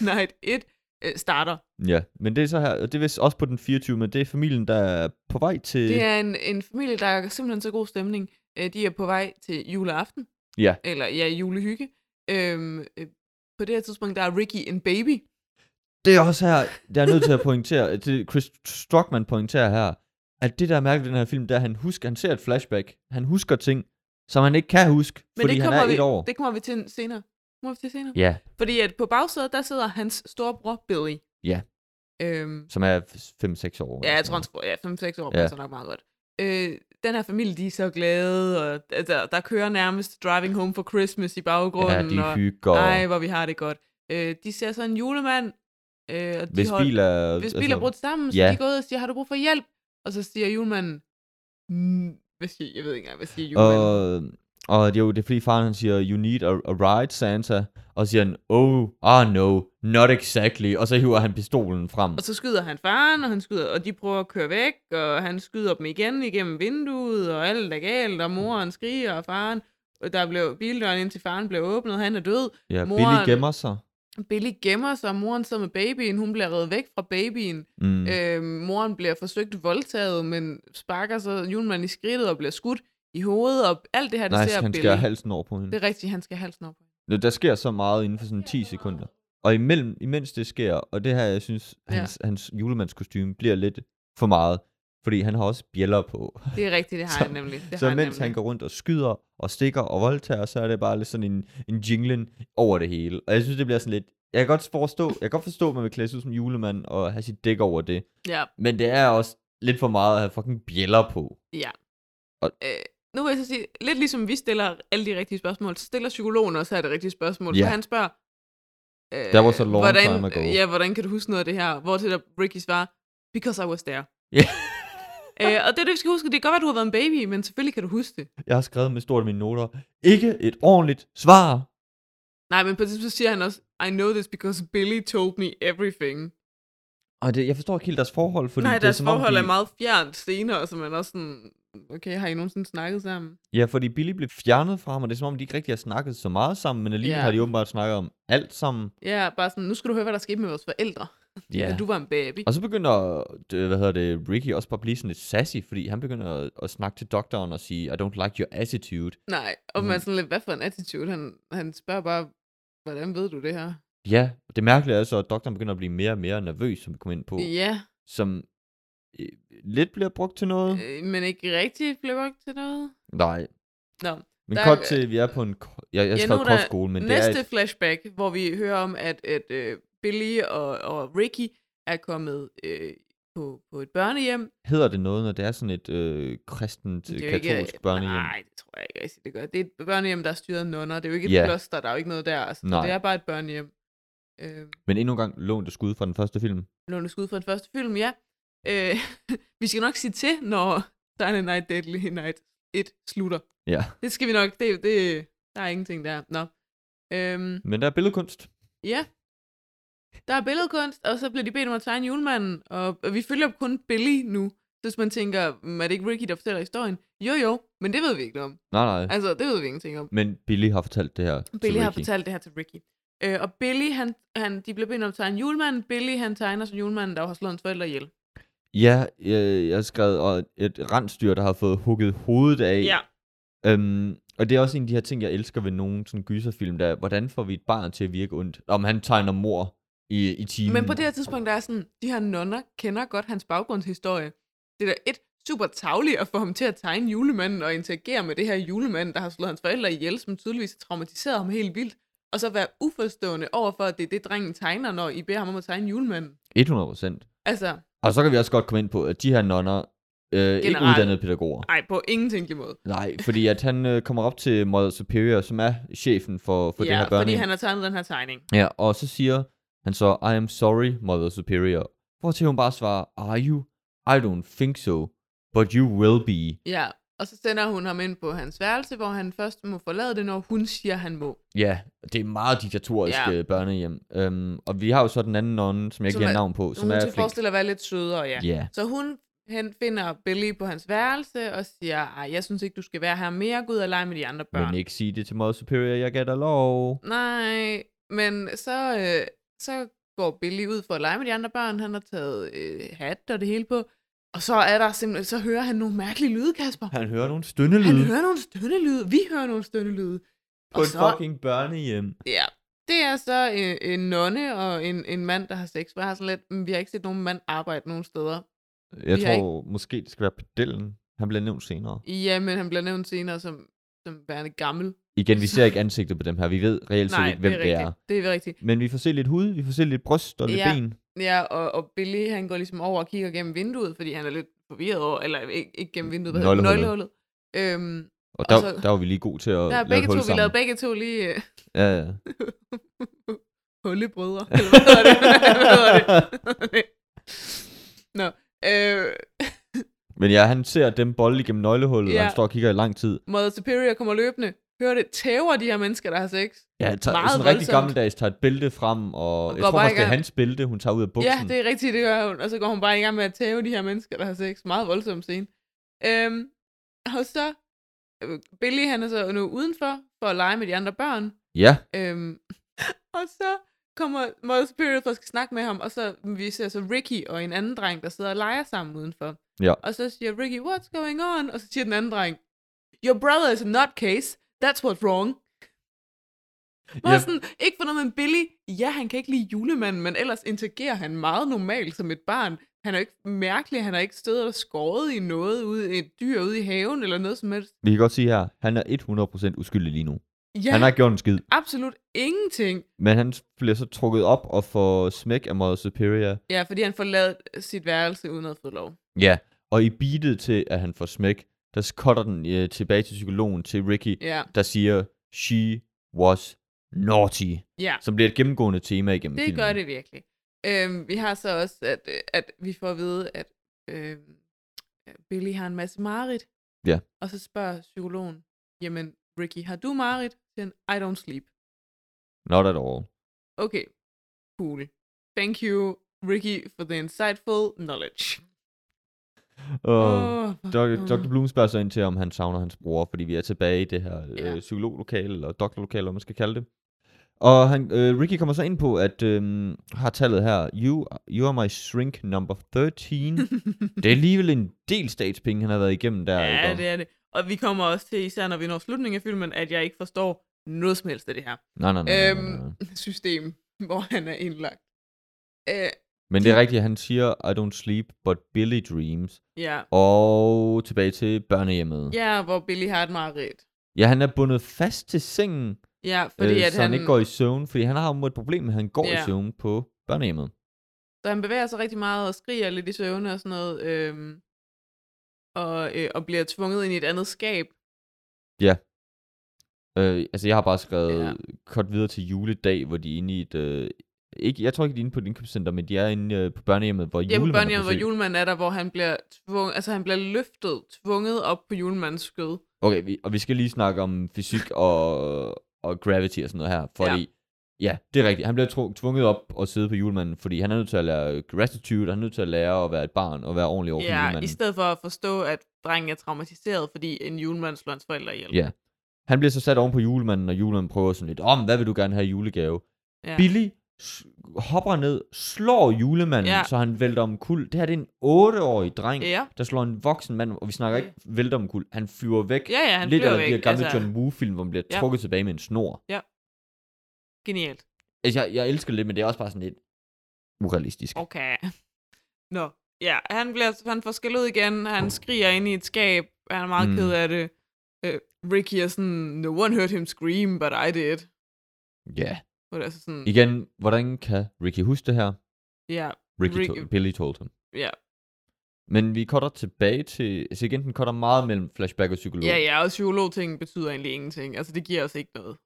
B: Night 1 øh, starter.
D: ja, men det er så her, og det er vist også på den 24, men det er familien, der er på vej til...
B: Det er en, en familie, der er simpelthen så god stemning. Øh, de er på vej til juleaften.
D: Ja.
B: Eller ja, julehygge. Øhm, øh, på det her tidspunkt, der er Ricky en baby.
D: det er også her, der er nødt til at pointere, det Chris Stockman pointerer her, at det, der er mærkeligt i den her film, det er, at han, husker, han ser et flashback, han husker ting, som han ikke kan huske,
B: Men
D: fordi
B: det
D: han
B: kommer
D: er
B: vi,
D: et år.
B: Det kommer vi til senere. Kommer vi til senere.
D: Ja,
B: Fordi at på bagsædet, der sidder hans storebror Billy.
D: Ja.
B: Øhm,
D: som er 5-6 år.
B: ja,
D: eller
B: jeg
D: sådan
B: tror, han
D: noget.
B: skulle- ja, 5-6 år
D: Ja.
B: passer nok meget godt. Øh, den her familie, de er så glade, og altså, der kører nærmest Driving Home for Christmas i
D: Ja,
B: baggrunden.
D: de
B: og,
D: hygger.
B: Ej, hvor vi har det godt. Øh, de ser så en julemand, øh, og de
D: hvis
B: hold-
D: bil er... altså,
B: hvis biler er brudt sammen, så
D: ja.
B: de går ud og siger, har du brug for hjælp? Og så siger julemanden, "Mm, hvad siger, jeg ved ikke engang, hvad siger julemanden?
D: Og, og jo, det er fordi faren han siger, you need a, a ride, Santa. Og så siger han, oh, ah no, not exactly. Og så hiver han pistolen frem.
B: Og så skyder han faren, og, han skyder, og de prøver at køre væk, og han skyder dem igen igennem vinduet, og alt er galt, og moren skriger, og faren, og der blev bildøren ind til faren blev åbnet, han er død.
D: Ja, Billy
B: moren-
D: gemmer sig.
B: Billy gemmer sig, og moren sidder med babyen, hun bliver reddet væk fra babyen.
D: Mm.
B: Øhm, moren bliver forsøgt voldtaget, men sparker så julemanden i skridtet og bliver skudt i hovedet, og alt det her, det
D: Nej,
B: ser
D: han
B: Billy.
D: skærer halsen over på hende.
B: Det er rigtigt, han skal have halsen op.
D: Nå, Der sker så meget inden for sådan 10 sekunder. Og imellem, imens det sker, og det her, jeg synes,
B: Ja.
D: hans, ja. hans julemandskostyme bliver lidt for meget, fordi han har også bjæller på.
B: Det er rigtigt, det har
D: Så-
B: han nemlig. Det
D: så
B: har
D: mens han
B: nemlig.
D: går rundt og skyder og stikker og voldtager, så er det bare lidt sådan en, en jinglen over det hele. Og jeg synes, det bliver sådan lidt... Jeg kan godt forstå, jeg kan godt forstå at man vil klæde sig ud som julemand og have sit dæk over det.
B: Ja,
D: Men det er også lidt for meget at have fucking bjæller på.
B: ja.
D: Og-
B: Øh, nu vil jeg så sige, lidt ligesom vi stiller alle de rigtige spørgsmål, så stiller psykologen også her det rigtige spørgsmål.
D: Ja.
B: For han spørger, øh,
D: That was a long
B: hvordan,
D: time ago.
B: Ja, hvordan kan du huske noget af det her? Hvor til der Ricky svarer, because I was there.
D: Ja.
B: øh, og det er det, vi skal huske. Det kan godt være, du har været en baby, men selvfølgelig kan du huske det.
D: Jeg har skrevet med stort i mine noter. Ikke et ordentligt svar.
B: Nej, men på det tidspunkt siger han også, I know this because Billy told me everything.
D: Og det, jeg forstår ikke helt deres forhold, fordi
B: Fordi Nej,
D: det er,
B: deres
D: som
B: forhold
D: om,
B: de...
D: de,
B: er meget fjernt senere, så man også sådan, okay, har I nogensinde snakket sammen?
D: Ja, fordi Billy blev fjernet fra ham, og det er som om, de ikke rigtig har snakket så meget sammen, men alligevel
B: Ja.
D: har de åbenbart snakket om alt sammen.
B: Ja, bare sådan, nu skal du høre, hvad der skete med vores forældre,
D: Ja.
B: da du var en baby.
D: Og så begynder, øh, hvad hedder det, Ricky også bare at blive sådan lidt sassy, fordi han begynder at, at snakke til doktoren og sige, I don't like your attitude.
B: Nej, og man er sådan lidt, hvad for en attitude? Han, han spørger bare, hvordan ved du det her?
D: Ja, og det mærkelige er så, at doktoren begynder at blive mere og mere nervøs, som vi kom ind på,
B: Ja,
D: som øh, lidt bliver brugt til noget.
B: øh, men ikke rigtigt blev ikke til noget.
D: Nej.
B: Nå,
D: Men
B: der-
D: kort til, vi er på en... ko- Jeg, jeg
B: Ja,
D: skrev
B: nu er der
D: kostskole, men det er...
B: næste
D: et-
B: flashback, hvor vi hører om, at, at øh, Billy og, og Ricky er kommet øh, på, på et børnehjem.
D: hedder det noget, når det er sådan et øh, kristent,
B: Det er jo
D: katolsk børnehjem?
B: Nej, det tror jeg ikke rigtigt, det gør. Det er et børnehjem, der er styret af nonner. Det er jo ikke et
D: Ja.
B: kloster, der er jo ikke noget der. Altså,
D: Nej.
B: det er bare et børnehjem. Øh,
D: Men endnu en gang lånt og skud fra den første film.
B: låne skud fra den første film, ja. Øh, vi skal nok sige til, når Silent Night Deadly Night 1 slutter.
D: Ja.
B: Det skal vi nok, det, det der er ingenting der. Nå. Øhm,
D: Men der er billedkunst.
B: ja. Der er billedkunst, og så bliver de bedt om at tegne julemanden, og og vi følger kun Billy nu. Så hvis man tænker, "Mm, er det ikke Ricky, der fortæller historien? Jo jo, men det ved vi ikke noget om.
D: Nej, nej.
B: Altså, det ved vi ingenting om.
D: Men Billy har fortalt det her
B: Billy
D: til
B: har
D: Ricky.
B: fortalt det her til Ricky. Øh, og Billy, han, han, de bliver bedt om at tegne julemanden. Billy, han tegner som julemanden, der jo har slået hans forældre ihjel.
D: Ja, jeg, jeg har skrevet og et rensdyr, der har fået hugget hovedet af. Øhm, og det er også en af de her ting, jeg elsker ved nogle sådan gyserfilm, der er, hvordan får vi et barn til at virke ondt? Om han tegner mor i, i timen.
B: Men på det her tidspunkt, der er sådan, de her nonner kender godt hans baggrundshistorie. Det er da et super tavligt at få ham til at tegne julemanden og interagere med det her julemand, der har slået hans forældre ihjel, som tydeligvis har traumatiseret ham helt vildt. Og så være uforstående overfor, at det er det, drengen tegner, når I beder ham om at tegne julemanden.
D: 100 procent.
B: Altså,
D: Og så kan vi også godt komme ind på, at de her nonner øh, ikke
B: Generelt.
D: uddannede pædagoger.
B: ej, på ingen tænkelig måde.
D: Nej, fordi at han øh, kommer op til Mother Superior, som er chefen for, for det
B: ja,
D: her børn.
B: fordi han har tegnet den her tegning.
D: Ja, og så siger han så, I am sorry, Mother Superior. Hvor til hun bare svarer, are you? I don't think so, but you will be.
B: Ja, og så sender hun ham ind på hans værelse, hvor han først må forlade det, når hun siger, han må.
D: Ja, det er meget diktatoriske
B: Ja.
D: yeah. børnehjem. Øhm, og vi har jo så den anden nonne, som jeg ikke
B: Som
D: giver
B: er-
D: navn på, som
B: hun
D: er
B: til
D: flink.
B: forestiller at være lidt sødere, ja.
D: Ja,
B: Så hun hen finder Billy på hans værelse og siger, Ej, jeg synes ikke, du skal være her mere. Gå ud og lege med de andre børn.
D: men ikke sige det til Mother Superior, jeg gav dig lov.
B: Nej, men så, øh, så går Billy ud for at lege med de andre børn. Han har taget øh, hat og det hele på. Og så er der simpelthen, så hører han nogle mærkelige lyde, Kasper.
D: Han hører nogle
B: Han
D: stønnelyde
B: hører nogle stønnelyde. Vi hører nogle stønnelyde.
D: på
B: og
D: et
B: så,
D: fucking børnehjem.
B: Ja, det er så en, en nonne og en, en mand, der har sex. Bare sådan lidt, "Mm, vi har ikke set nogen mand arbejde nogen steder.
D: Jeg
B: Vi har
D: tror måske, det skal være pedellen. Han bliver nævnt senere.
B: Ja, men han bliver nævnt senere som, som værende gammel.
D: Igen, vi ser ikke ansigtet på dem her. Vi ved reelt set ikke, hvem
B: det er
D: det
B: rigtigt.
D: er.
B: Det er rigtigt.
D: Men vi får se lidt hud, vi får se lidt bryst og lidt
B: Ja.
D: ben.
B: Ja, og, og Billy, han går ligesom over og kigger gennem vinduet, fordi han er lidt forvirret over, eller ikke, ikke gennem vinduet, hvad hedder det?
D: Nøglehullet.
B: Nøglehullet. Øhm,
D: Og
B: Og
D: der,
B: så-
D: der var vi lige gode til at
B: der er
D: lave et
B: begge
D: hul
B: to, vi
D: sammen.
B: lavede begge to lige øh,
D: Ja, ja.
B: hullebrødre, eller hvad hedder det? hvad hedder det? Nå, øh,
D: Men ja, han ser dem bolle igennem nøglehullet, ja. og
B: Ja.
D: han står og kigger i lang tid.
B: Mother Superior kommer løbende, hører det, tæver de her mennesker, der har sex.
D: Ja, han tager,
B: Meget
D: sådan rigtig
B: voldsomt.
D: gammeldags, tager et bælte frem, og, og jeg
B: går
D: tror
B: bare i
D: faktisk, det er
B: gang.
D: hans bælte, hun tager ud af buksen.
B: Ja, det er rigtigt, det gør hun. Og så går hun bare i gang med at tæve de her mennesker, der har sex. Meget voldsom scene. Øhm, og så, øh, Billy han er så nu udenfor for at lege med de andre børn.
D: ja.
B: Øhm, og så kommer Mother Spirit for at skal snakke med ham, og så vi ser så Ricky og en anden dreng, der sidder og leger sammen udenfor.
D: Ja.
B: Og så siger Ricky, what's going on? Og så siger den anden dreng, your brother is a nutcase, that's what's wrong. Bare
D: Ja.
B: sådan, ikke for noget, men Billy, ja, han kan ikke lide julemanden, men ellers interagerer han meget normalt som et barn. Han er jo ikke mærkelig, han har ikke stået og skåret i noget ude i et dyr ude i haven eller noget som helst.
D: Vi kan godt sige her, han er 100% uskyldig lige nu.
B: Ja,
D: Han har ikke gjort en skid,
B: absolut ingenting.
D: men han bliver så trukket op og får smæk af Mother Superior.
B: Ja, fordi han forlod sit værelse uden at få lov.
D: Ja, og i beatet til, at han får smæk, der cutter den øh, tilbage til psykologen, til Ricky,
B: Ja,
D: der siger, she was naughty,
B: ja.
D: som bliver et gennemgående tema igennem
B: Det
D: filmen.
B: gør det virkelig. Øhm, vi har så også, at, øh, at vi får at vide, at øhm, at Billy har en masse mareridt.
D: Ja.
B: Og så spørger psykologen, jamen Ricky, har du mareridt? Så Siger han, I don't sleep.
D: Not at all.
B: Okay, cool. Thank you, Ricky, for the insightful knowledge.
D: Og
B: Åh,
D: Dr. Dr.
B: mm.
D: Bloom spørger så ind til, om han savner hans bror, fordi vi er tilbage i det her
B: Ja.
D: øh, psykologlokale, eller doktorlokale, eller hvad man skal kalde det. Og han, øh, Ricky kommer så ind på, at øh, har tallet her, you, you are my shrink number 13. det er alligevel en del statspenge, han har været igennem der.
B: Ja,
D: ikke?
B: det er det. Og vi kommer også til, især når vi når slutningen af filmen, at jeg ikke forstår noget som helst af det her
D: Nej, nej, nej, nej, nej, nej.
B: øhm, system, hvor han er indlagt. Øh,
D: Men det er rigtigt, han siger, I don't sleep, but Billy dreams.
B: ja.
D: Og tilbage til børnehjemmet.
B: ja, hvor Billy har et mareridt.
D: Ja, han er bundet fast til sengen,
B: Ja, fordi
D: øh,
B: at
D: så han... ikke går i søvn, fordi han har jo et problem med, at han går
B: Ja.
D: i søvn på børnehjemmet.
B: så han bevæger sig rigtig meget og skriger lidt i søvne og sådan noget, øhm, og, øh, og bliver tvunget ind i et andet skab.
D: Øh, altså, jeg har bare skrevet
B: Ja.
D: ja. kort videre til juledag, hvor de er inde i et... Øh, ikke, jeg tror ikke, de er inde på et indkøbscenter, men de er inde øh, på børnehjemmet, hvor
B: Ja, på
D: julemanden
B: børnehjemmet, hvor
D: besøg.
B: julemanden er der, hvor han bliver, tvung, altså, han bliver løftet, tvunget op på julemandens skød.
D: Okay, vi, og vi skal lige snakke om fysik og, og gravity og sådan noget her, fordi... Ja. Ja, det er rigtigt. Han bliver tru- tvunget op og sidde på julemanden, fordi han er nødt til at lære gratitude, og han er nødt til at lære at være et barn og være ordentlig over for
B: Ja, i
D: julemanden.
B: stedet for at forstå, at drengen er traumatiseret, fordi en julemand slår hans forældre ihjel.
D: Ja. Han bliver så sat oven på julemanden, og julemanden prøver sådan lidt, om hvad vil du gerne have i julegave?
B: Ja.
D: Billy s- hopper ned, slår julemanden,
B: Ja.
D: ja. så han vælter om kul. Det her det er en 8-årig dreng,
B: Ja.
D: der slår en voksen mand, og vi snakker
B: Ja.
D: ikke vælter om kul. Han flyver væk.
B: Ja, ja, han
D: lidt
B: flyver
D: af de her
B: væk.
D: gamle
B: altså,
D: John Woo-film, hvor man bliver
B: Ja.
D: trukket tilbage med en snor.
B: Genialt.
D: Altså, jeg, jeg elsker det lidt, men det er også bare sådan lidt urealistisk.
B: Okay. Nå, ja, han, bliver, han får skæld ud igen, han skriger ind i et skab, han er meget mm.
D: Mm.
B: ked af det. Øh, Ricky er sådan, no one heard him scream, but I did.
D: Ja. Yeah.
B: Hvor det er sådan,
D: Igen, hvordan kan Ricky huske det her?
B: ja,
D: Ricky,
B: Ricky-
D: Ricky. To- Billy told him.
B: ja,
D: Men vi cutter tilbage til... Altså igen, den cutter meget mellem flashback og psykolog.
B: ja, ja, og psykologting betyder egentlig ingenting. Altså, det giver os ikke noget.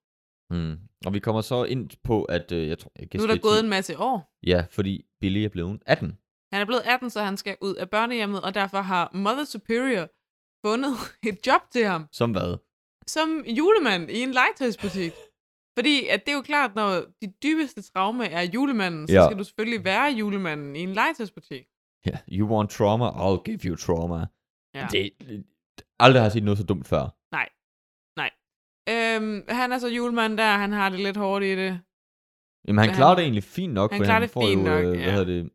D: Mm. Og vi kommer så ind på, at øh, jeg tror... Jeg
B: Nu er der gået en masse år.
D: Ja, fordi Billy er blevet 18.
B: Han er blevet 18, så han skal ud af børnehjemmet, og derfor har Mother Superior fundet et job til ham
D: Som hvad?
B: som julemand i en legetøjsbutik. Fordi at det er jo klart, når de dybeste traume er julemanden, så ja.
D: Ja.
B: skal du selvfølgelig være julemanden i en legetøjsbutik.
D: Yeah. You want trauma, I'll give you trauma.
B: Ja.
D: Det, aldrig har jeg set noget så dumt før.
B: Øhm, han er så julemand der, han har det lidt hårdt i det.
D: Jamen, han
B: Ja,
D: klarer
B: han-
D: det egentlig fint nok,
B: han
D: for
B: klarer
D: han
B: det
D: får
B: fint
D: jo,
B: nok,
D: øh, hvad
B: ja.
D: hedder det,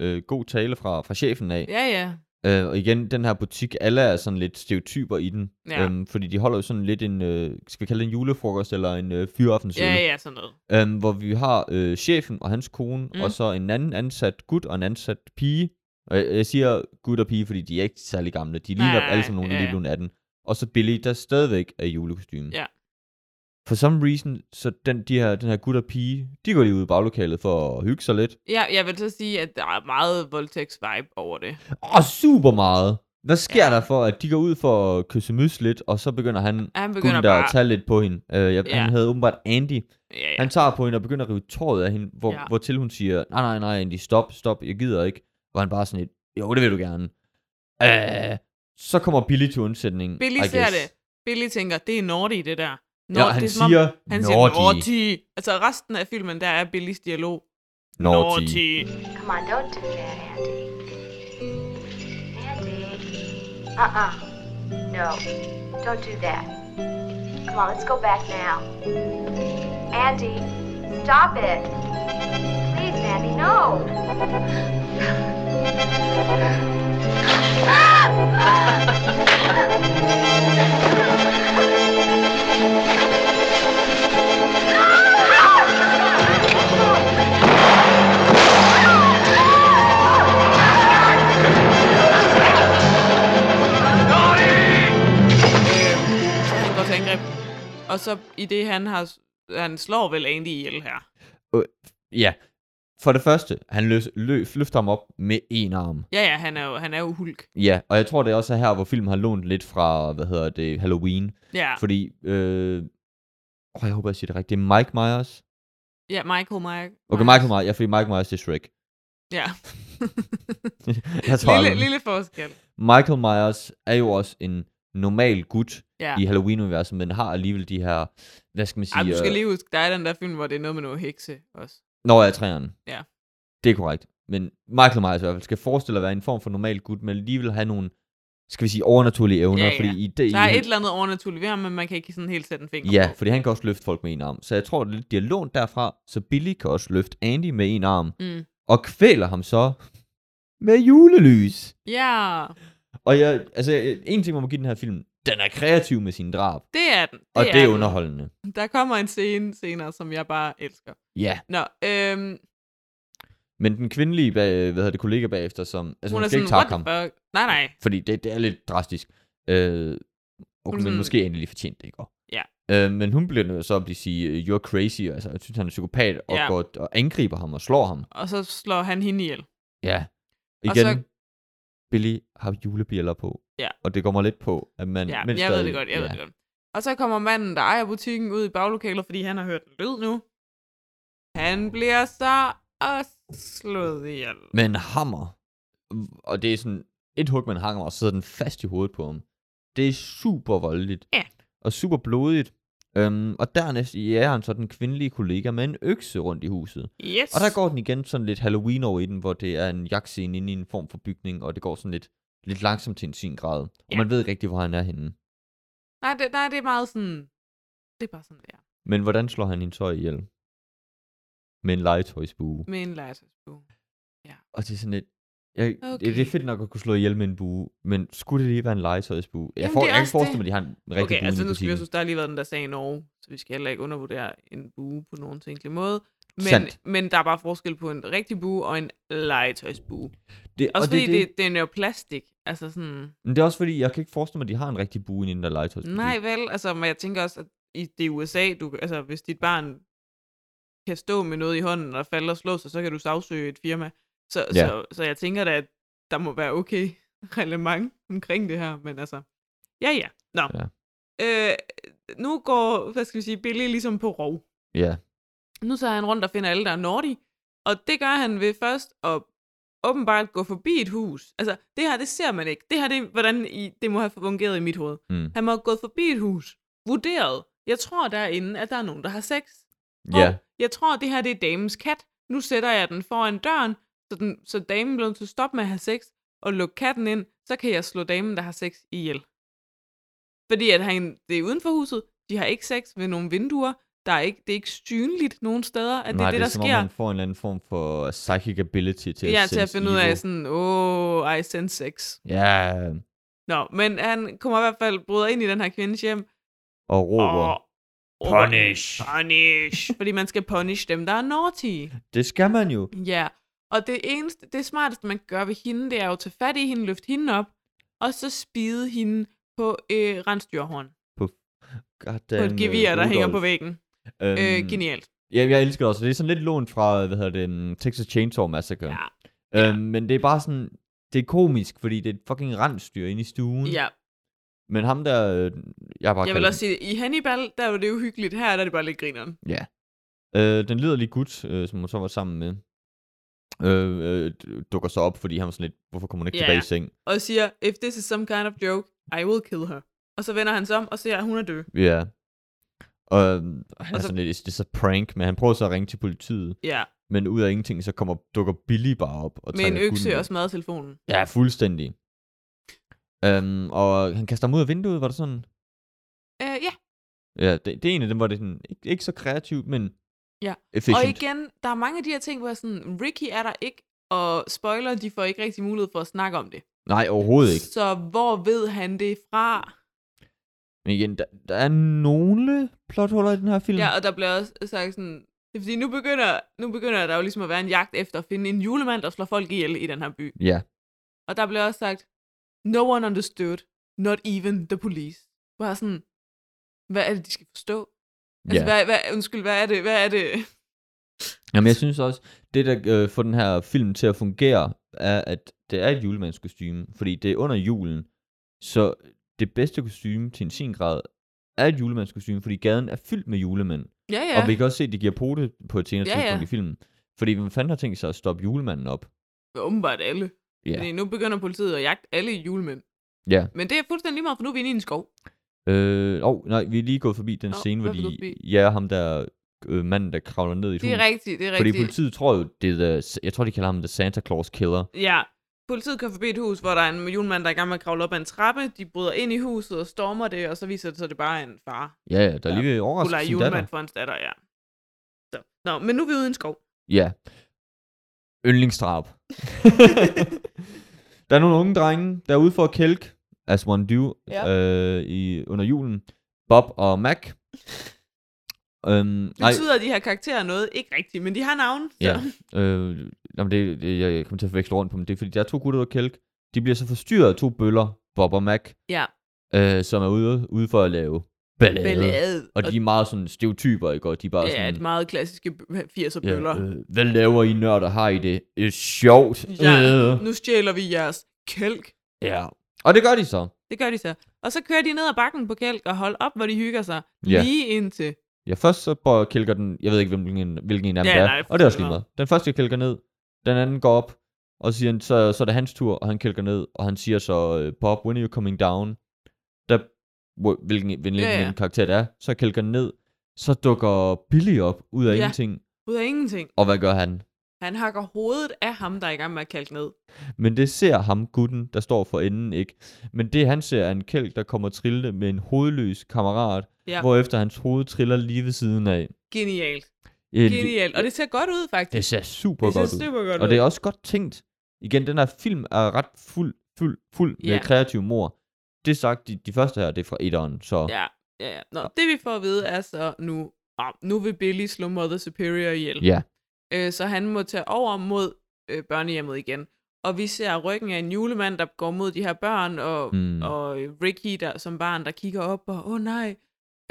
D: øh, god tale fra, fra chefen af.
B: Ja, ja.
D: Øh, og igen, den her butik, alle er sådan lidt stereotyper i den.
B: Ja.
D: Øhm, fordi de holder jo sådan lidt en, øh, skal vi kalde det en julefrokost eller en øh, fyraftensøl.
B: Ja, ja, sådan noget.
D: Øhm, hvor vi har øh, chefen og hans kone,
B: Mm.
D: mm. og så en anden ansat gut og en ansat pige. Og jeg, jeg siger gut og pige, fordi de er ikke særlig gamle. De ligner
B: Nej,
D: alle sammen nogen, der
B: ja,
D: lige
B: ja.
D: er blevet 18. Og så Billy, der stadigvæk er i julekostyme.
B: Ja.
D: For some reason, så den, de her, den her gut og pige, de går lige ud i baglokalet for at hygge sig lidt.
B: Ja, jeg vil så sige, at der er meget voldtægts-vibe over det.
D: Og super meget! Hvad sker
B: Ja.
D: ja. der for, at de går ud for at kysse mys lidt, og så begynder han,
B: Han begynder
D: gutten der
B: bare...
D: at tage lidt på hende. Øh, jeg,
B: Ja.
D: Han havde åbenbart Andy,
B: Ja, ja.
D: Han tager på hende og begynder at rive tåret af hende, hvor,
B: Ja.
D: ja. hvor til hun siger, nej, nej, nej, Andy, stop, stop, jeg gider ikke. Hvor han bare sådan lidt, jo, det vil du gerne. Øh, så kommer Billy til undsætning.
B: Billy
D: I
B: ser
D: guess.
B: det. Billy tænker, det er naughty, det der. Nå,
D: Ja, han
B: det er, som om-
D: siger,
B: han siger
D: naughty,
B: naughty. Altså resten af filmen, der er Billys dialog.
D: naughty.
I: Come on, don't do that, Andy. Andy. Uh-uh. No, don't do that. Come on, let's go back now. Andy, stop it. Please, Andy, no.
B: Så Øh, han går til angreb. Og så i det, han har... Han slår vel Andy ihjel her.
D: Øh, Ja, For det første, han løs, lø, løfter ham op med en arm.
B: Ja, ja, han er jo, han er jo hulk.
D: Ja, og jeg tror, det er også her, hvor filmen har lånt lidt fra, hvad hedder det, Halloween.
B: Ja,
D: Ja. Fordi, øh, åh, jeg håber, jeg siger det rigtigt. Det er Mike Myers.
B: ja Michael Mike.
D: Okay, Michael Myers. Ja, fordi Michael Myers, det er Shrek.
B: Ja.
D: jeg tror
B: lille,
D: aldrig.
B: lille forskel.
D: Michael Myers er jo også en normal gut
B: Ja.
D: ja. i Halloween-universet, men har alligevel de her, hvad skal man sige?
B: Ej, du skal
D: øh,
B: lige huske, der er den der film, hvor det er noget med noget hekse også.
D: Nå, jeg er træerne.
B: Ja.
D: Det er korrekt. Men Michael Myers i hvert fald skal forestille at være en form for normal gut, men alligevel have nogle, skal vi sige, overnaturlige evner.
B: Ja, ja.
D: Fordi i det,
B: Der er
D: i,
B: et eller andet overnaturligt ved ham, men man kan ikke sådan helt sætte en finger
D: Ja,
B: på.
D: fordi han kan også løfte folk med en arm. Så jeg tror, det er lidt- de har lånt derfra, så Billy kan også løfte Andy med en arm,
B: Mm.
D: og kvæler ham så med julelys.
B: Ja,
D: Og jeg, altså, jeg, en ting, man må give den her film, den er kreativ med sine drab, det
B: det er den.
D: og det er
B: den.
D: underholdende.
B: Der kommer en scene senere, som jeg bare elsker.
D: Ja,
B: Nå, øhm,
D: men den kvindelige bag, øh, hvad hedder det, kollega bagefter, som, altså,
B: hun
D: hun,
B: er
D: skal
B: sådan,
D: ikke
B: what
D: takke
B: the
D: ham,
B: fuck? Nej, nej.
D: fordi det, det er lidt drastisk. Øh, okay,
B: sådan-
D: men måske er han lige fortjent det, ikke? Og-
B: Ja.
D: Øh, men hun bliver nødt til så at blive sige, you're crazy, altså, jeg synes, han er psykopat, og,
B: Ja.
D: går, og angriber ham og slår ham.
B: Og så slår han hende ihjel.
D: Ja.
B: Og
D: Igen,
B: så-
D: så... Billy har julebjæller på.
B: Ja.
D: Og det kommer lidt på, at man...
B: Ja,
D: men
B: jeg ved det godt, jeg
D: ja.
B: ved det godt. Og så kommer manden, der ejer butikken, ud i baglokalet, fordi han har hørt en lyd nu. Han bliver så også slået ihjel.
D: Men hammer, og det er sådan et hug, man hanger, og så sidder den fast i hovedet på ham. Det er super voldeligt.
B: Ja.
D: Og super blodigt. Øhm, og dernæst jager han så den kvindelige kollega med en økse rundt i huset.
B: Yes.
D: Og der går den igen sådan lidt Halloween over i den, hvor det er en jagtscene inde i en form for bygning, og det går sådan lidt, lidt langsomt til en sin grad. Og
B: Ja.
D: man ved ikke rigtig, hvor han er henne.
B: Nej, det, nej, det er meget sådan... Det er bare sådan, der.
D: Men hvordan slår han hende så ihjel? Med en legetøjsbue.
B: Med en legetøjsbue.
D: Og det er sådan lidt... Jeg, okay.
B: Okay.
D: det, det er fedt nok at kunne slå ihjel med en bue, men skulle det lige være en legetøjsbue? Jeg,
B: Jamen,
D: får,
B: det er
D: jeg kan ikke
B: også
D: forestille
B: det.
D: mig, at de har en rigtig
B: okay,
D: bue
B: altså
D: inde i
B: nu skal vi
D: butikken.
B: også huske, der har lige været den der sag i Norge, så vi skal heller ikke undervurdere en bue på nogen tænkelig måde. Men,
D: Sandt.
B: men der er bare forskel på en rigtig bue og en legetøjsbue.
D: det,
B: Også
D: og
B: fordi
D: det, det,
B: det, det er noget plastik. Altså sådan...
D: men det er også fordi, jeg kan ikke forestille mig, at de har en rigtig bue inde i den der legetøjsbue.
B: Nej vel, altså men jeg tænker også, at i det er USA, du, kan- altså hvis dit barn kan stå med noget i hånden og falde og slå sig, så kan du sagsøge et firma. Så, ja.
D: Ja.
B: så, så jeg tænker da, at der må være okay reglement omkring det her, men altså, ja ja. Nå.
D: Ja.
B: Øh, nu går, hvad skal vi sige, Billy ligesom på rov.
D: Ja,
B: Nu tager han rundt og finder alle, der er naughty, og det gør han ved først at åbenbart gå forbi et hus. Altså, det her, det ser man ikke. Det her, det er, hvordan I, det må have fungeret i mit hoved.
D: mm,
B: Han må have gået forbi et hus, vurderet, jeg tror derinde, at der er nogen, der har sex. Hov,
D: ja,
B: Jeg tror, det her det er damens kat. Nu sætter jeg den foran døren, så, den, så damen bliver nødt til at stoppe med at have sex, og lukke katten ind, så kan jeg slå damen, der har sex ihjel. Fordi at han, det er uden for huset, de har ikke sex ved nogle vinduer, der er ikke, det er ikke synligt nogen steder, at det
D: Nej,
B: er det, der
D: som
B: sker.
D: om man får en eller anden form for psychic ability til
B: ja,
D: at
B: til at
D: sense
B: finde ud
D: evil.
B: af sådan, åh, oh, I sense sex.
D: Ja,
B: Nå, men han kommer i hvert fald, bryder ind i den her kvindes hjem,
D: og råber.
B: Og- og-
D: Punish.
B: Punish. Fordi man skal punish dem, der er naughty.
D: Det skal man jo.
B: Ja. Og det eneste, det smarteste, man kan gøre ved hende, det er jo at tage fat i hende, løfte hende op, og så spide hende på øh, rensdyrhorn.
D: Goddamn, øh,
B: På et gevir, der hænger på væggen.
D: Øhm,
B: Øh, genialt.
D: Ja, jeg elsker det også. Det er sådan lidt lånt fra, hvad hedder det, um, Texas Chainsaw Massacre.
B: Ja.
D: Øhm, men det er bare sådan, det er komisk, fordi det er et fucking rensdyr inde i stuen.
B: Ja.
D: Men ham der, øh, jeg har bare
B: Jeg
D: kaldt
B: vil også sige, i Hannibal, der var det uhyggeligt. Her der er det bare lidt grineren.
D: ham- Ja. Øh, den liderlige gut, øh, som hun så var sammen med, øh, øh, d- dukker så op, fordi han var sådan lidt, hvorfor kommer hun ikke
B: Ja.
D: tilbage i seng?
B: Og siger, if this is some kind of joke, I will kill her. Og så vender han sig om og ser, at hun er død.
D: Ja. Og øhm, han er
B: Og så-
D: sådan lidt, det er prank, men han prøver så at ringe til politiet,
B: Ja,
D: men ud af ingenting, så kommer, dukker Billy bare op. Og
B: med en
D: trækker
B: økse
D: gulden
B: og smadrer telefonen.
D: Ja, fuldstændig. Øhm, og han kaster ham ud af vinduet, var det sådan?
B: Øh, ja,
D: Ja, det, det er en af dem, hvor det er sådan, ikke, ikke så kreativt, men
B: Ja.
D: efficient.
B: Og igen, der er mange af de her ting, hvor jeg sådan, Ricky er der ikke, og spoiler, de får ikke rigtig mulighed for at snakke om det.
D: Nej, overhovedet ikke.
B: Så hvor ved han det fra?
D: Men igen, der, der er nogle plothuller i den her film.
B: Ja, og der bliver også sagt sådan, det er fordi, nu begynder, nu begynder der jo ligesom at være en jagt efter at finde en julemand, der slår folk ihjel i den her by.
D: ja.
B: Og der bliver også sagt, no one understood, not even the police. Bare sådan, hvad er det, de skal forstå?
D: ja.
B: Altså, hvad, hvad, undskyld, hvad er det, hvad er det?
D: Jamen, jeg synes også, det, der øh, får den her film til at fungere, er, at det er et julemandskostyme, fordi det er under julen. Så det bedste kostume til en sin grad er et julemandskostume, fordi gaden er fyldt med julemænd.
B: Ja, ja.
D: Ja. Og vi kan også se, at de giver pote på et senere
B: Ja,
D: ja,
B: ja.
D: tidspunkt ja. i filmen. Fordi hvem fanden har tænkt sig at stoppe julemanden op?
B: Åbenbart alle.
D: Ja.
B: Fordi nu begynder politiet at jagte alle julemænd.
D: Ja.
B: Men det er fuldstændig lige meget, for nu er vi inde i en skov.
D: Øh, oh, nej, vi er lige gået forbi den
B: Nå,
D: oh, scene, hvor
B: hvad er vi
D: de
B: gået forbi?
D: jager ham der, øh, manden, der kravler ned i et
B: Det er
D: hus.
B: rigtigt, det er
D: Fordi
B: rigtigt.
D: politiet tror jo, det er the, jeg tror, de kalder ham The Santa Claus Killer.
B: Ja. Politiet kører forbi et hus, hvor der er en julemand, der er i gang med at kravle op ad en trappe. De bryder ind i huset og stormer det, og så viser det sig, at det bare er en far.
D: Ja, ja, der er
B: Ja.
D: lige ved
B: Ulla
D: overrasket sin datter.
B: julemand for hans datter, ja. Så. Nå, men nu er vi ude i en skov.
D: Ja. Yndlingsdrab. der er nogle unge drenge, der er ude for at kælke, as one do,
B: Ja.
D: øh, i, under julen. Bob og Mac. øhm,
B: Nu betyder de her karakterer noget, ikke rigtigt, men de har navn. Så.
D: Ja. Øh, jamen det, det, jeg kommer til at forveksle rundt på, men det er fordi, der er to gutter, der kælk. De bliver så forstyrret af to bøller, Bob og Mac,
B: ja.
D: øh, som er ude, ude for at lave ballade.
B: Ballade.
D: Øh, Og de er meget sådan stereotyper, ikke? Og de er bare
B: ja, et
D: sådan...
B: meget klassiske b- 80'er bøller.
D: Ja, øh, hvad laver I nørder? Har I det? Øh, sjovt.
B: Ja,
D: Øh.
B: nu stjæler vi jeres kælk.
D: ja. Og det gør de så.
B: Det gør de så. Og så kører de ned ad bakken på kælk og hold op, hvor de hygger sig.
D: Ja.
B: Lige indtil...
D: Ja, først så bor- kælker den, jeg ved ikke, hvilken, en- hvilken en af dem
B: Ja,
D: det er,
B: nej,
D: og det er også
B: forstår
D: lige
B: jeg.
D: meget. Den første kælker ned, den anden går op, og så siger han, så, så er det hans tur, og han kælker ned, og han siger så, øh, Bob, when are you coming down? Der, hvor- hvilken, hvilken, hvilken
B: Ja, ja.
D: karakter det er, så kælker den ned, så dukker Billy op ud af
B: Ja.
D: ja. ingenting,
B: Ud af ingenting.
D: og hvad gør han?
B: Han hakker hovedet af ham, der er i gang med at kalke ned.
D: Men det ser ham, gutten, der står for enden, ikke? Men det han ser er en kælk, der kommer trillende med en hovedløs kammerat,
B: Ja.
D: ja. hvorefter hans hoved triller lige ved siden af.
B: Genialt.
D: Øh,
B: Genialt. Og det ser godt ud, faktisk.
D: Det ser super
B: det ser
D: godt ud.
B: super godt
D: Og
B: ud.
D: det er også godt tænkt. Igen, den her film er ret fuld, fuld, fuld yeah.
B: Ja.
D: med kreativ mor. Det sagt, de, de første her, det er fra etteren, så
B: Ja, ja, ja. Nå, det vi får at vide er så nu, ah, nu vil Billy slå Mother Superior ihjel.
D: ja.
B: Øh, så han må tage over mod øh, børnehjemmet igen. Og vi ser ryggen af en julemand, der går mod de her børn, og,
D: Mm.
B: og øh, Ricky der, som barn, der kigger op og, åh oh, nej.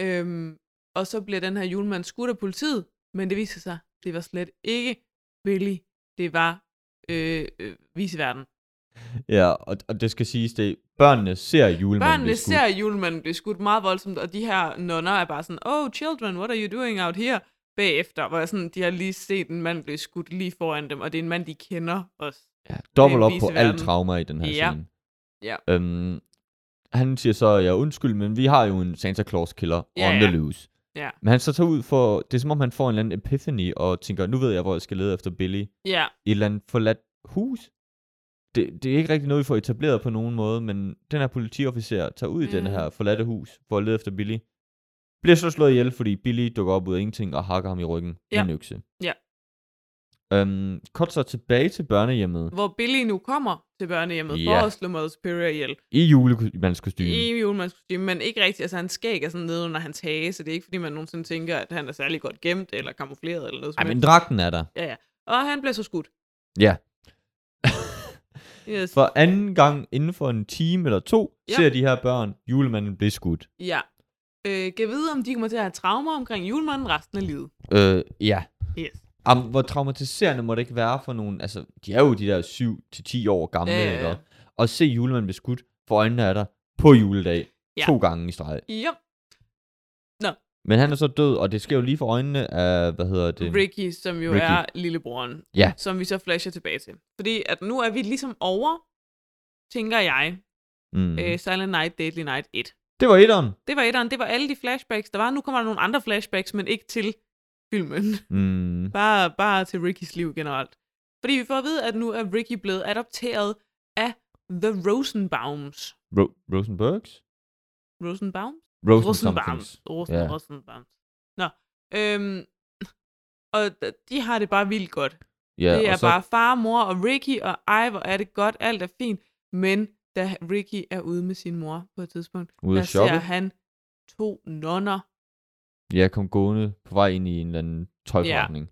B: Øhm, og så bliver den her julemand skudt af politiet, men det viser sig, det var slet ikke Billy. Det var øh, øh, viseverden.
D: ja og, og det skal siges, det børnene ser julemanden
B: Børnene
D: blive skudt.
B: ser at julemanden blive skudt meget voldsomt, og de her nonner er bare sådan, oh children, what are you doing out here? Bagefter, hvor jeg sådan, de har lige set en mand blive skudt lige foran dem, og det er en mand, de kender også.
D: ja, dobbelt
B: det
D: op
B: er
D: på
B: viceverden.
D: alt trauma i den her
B: Ja.
D: scene.
B: Ja.
D: Øhm, han siger så, ja undskyld, men vi har jo en Santa Claus killer
B: Ja,
D: on
B: ja.
D: the loose.
B: Ja.
D: Men han så tager ud for, det er som om han får en eller anden epiphany, og tænker, nu ved jeg, hvor jeg skal lede efter Billy.
B: Ja,
D: et eller andet forladt hus. Det, det er ikke rigtig noget, vi får etableret på nogen måde, men den her politiofficer tager ud i den
B: Ja.
D: her forladte hus for at lede efter Billy. Bliver så slået ihjel, fordi Billy dukker op ud af ingenting og hakker ham i ryggen
B: Ja.
D: med en økse.
B: Ja.
D: Øhm, kort så tilbage til børnehjemmet
B: hvor Billy nu kommer til børnehjemmet
D: Ja.
B: yeah. for at slå Mother Superior ihjel.
D: i julemandskostyme.
B: I julemandskostyme, men ikke rigtigt. Altså, han skæg er sådan nede under hans hage, så det er ikke, fordi man nogensinde tænker, at han er særlig godt gemt eller kamufleret eller noget
D: Ej,
B: som
D: men
B: helst.
D: dragten er der.
B: Ja, ja. Og han bliver så skudt.
D: Ja.
B: Yes.
D: For anden gang inden for en time eller to,
B: Ja.
D: ja. ser de her børn julemanden blive skudt.
B: Ja. Øh, kan vide, om de kommer til at have traumer omkring julemanden resten af livet.
D: Øh, ja.
B: Yes.
D: Am, hvor traumatiserende må det ikke være for nogen, altså, de er jo de der 7-10 år gamle,
B: Ja,
D: ja,
B: ja, ja.
D: ja, ja. og se julemanden blive skudt for øjnene af dig på juledag,
B: Ja.
D: ja. to gange i streg.
B: Jo.
D: Men han er så død, og det sker jo lige for øjnene af, hvad hedder det?
B: Ricky, som jo Ricky.
D: Ricky.
B: er lillebroren,
D: Ja.
B: som vi så flasher tilbage til. Fordi at nu er vi ligesom over, tænker jeg,
D: Mm.
B: mm. øh, Silent Night, Deadly Night 1.
D: Det var etteren.
B: Det var etteren, det var alle de flashbacks, der var. Nu kommer der nogle andre flashbacks, men ikke til filmen.
D: Mm.
B: Bare, bare til Rickys liv generelt. Fordi vi får at vide, at nu er Ricky blevet adopteret af The Rosenbaums.
D: Ro- Rosenbergs?
B: Rosenbaums?
D: Rosen
B: Rosenbaums.
D: somethings.
B: Rosen,
D: Ja.
B: Rosenbaums. Nå. Øhm, og d- de har det bare vildt godt.
D: Ja,
B: det
D: og
B: er
D: så,
B: bare far, mor og Ricky, og ej, hvor er det godt, alt er fint. Men da Ricky er ude med sin mor på et tidspunkt,
D: Ude
B: der
D: at shoppe?
B: ser han to nonner.
D: Ja, kom gående på vej ind i en eller anden tøjforretning.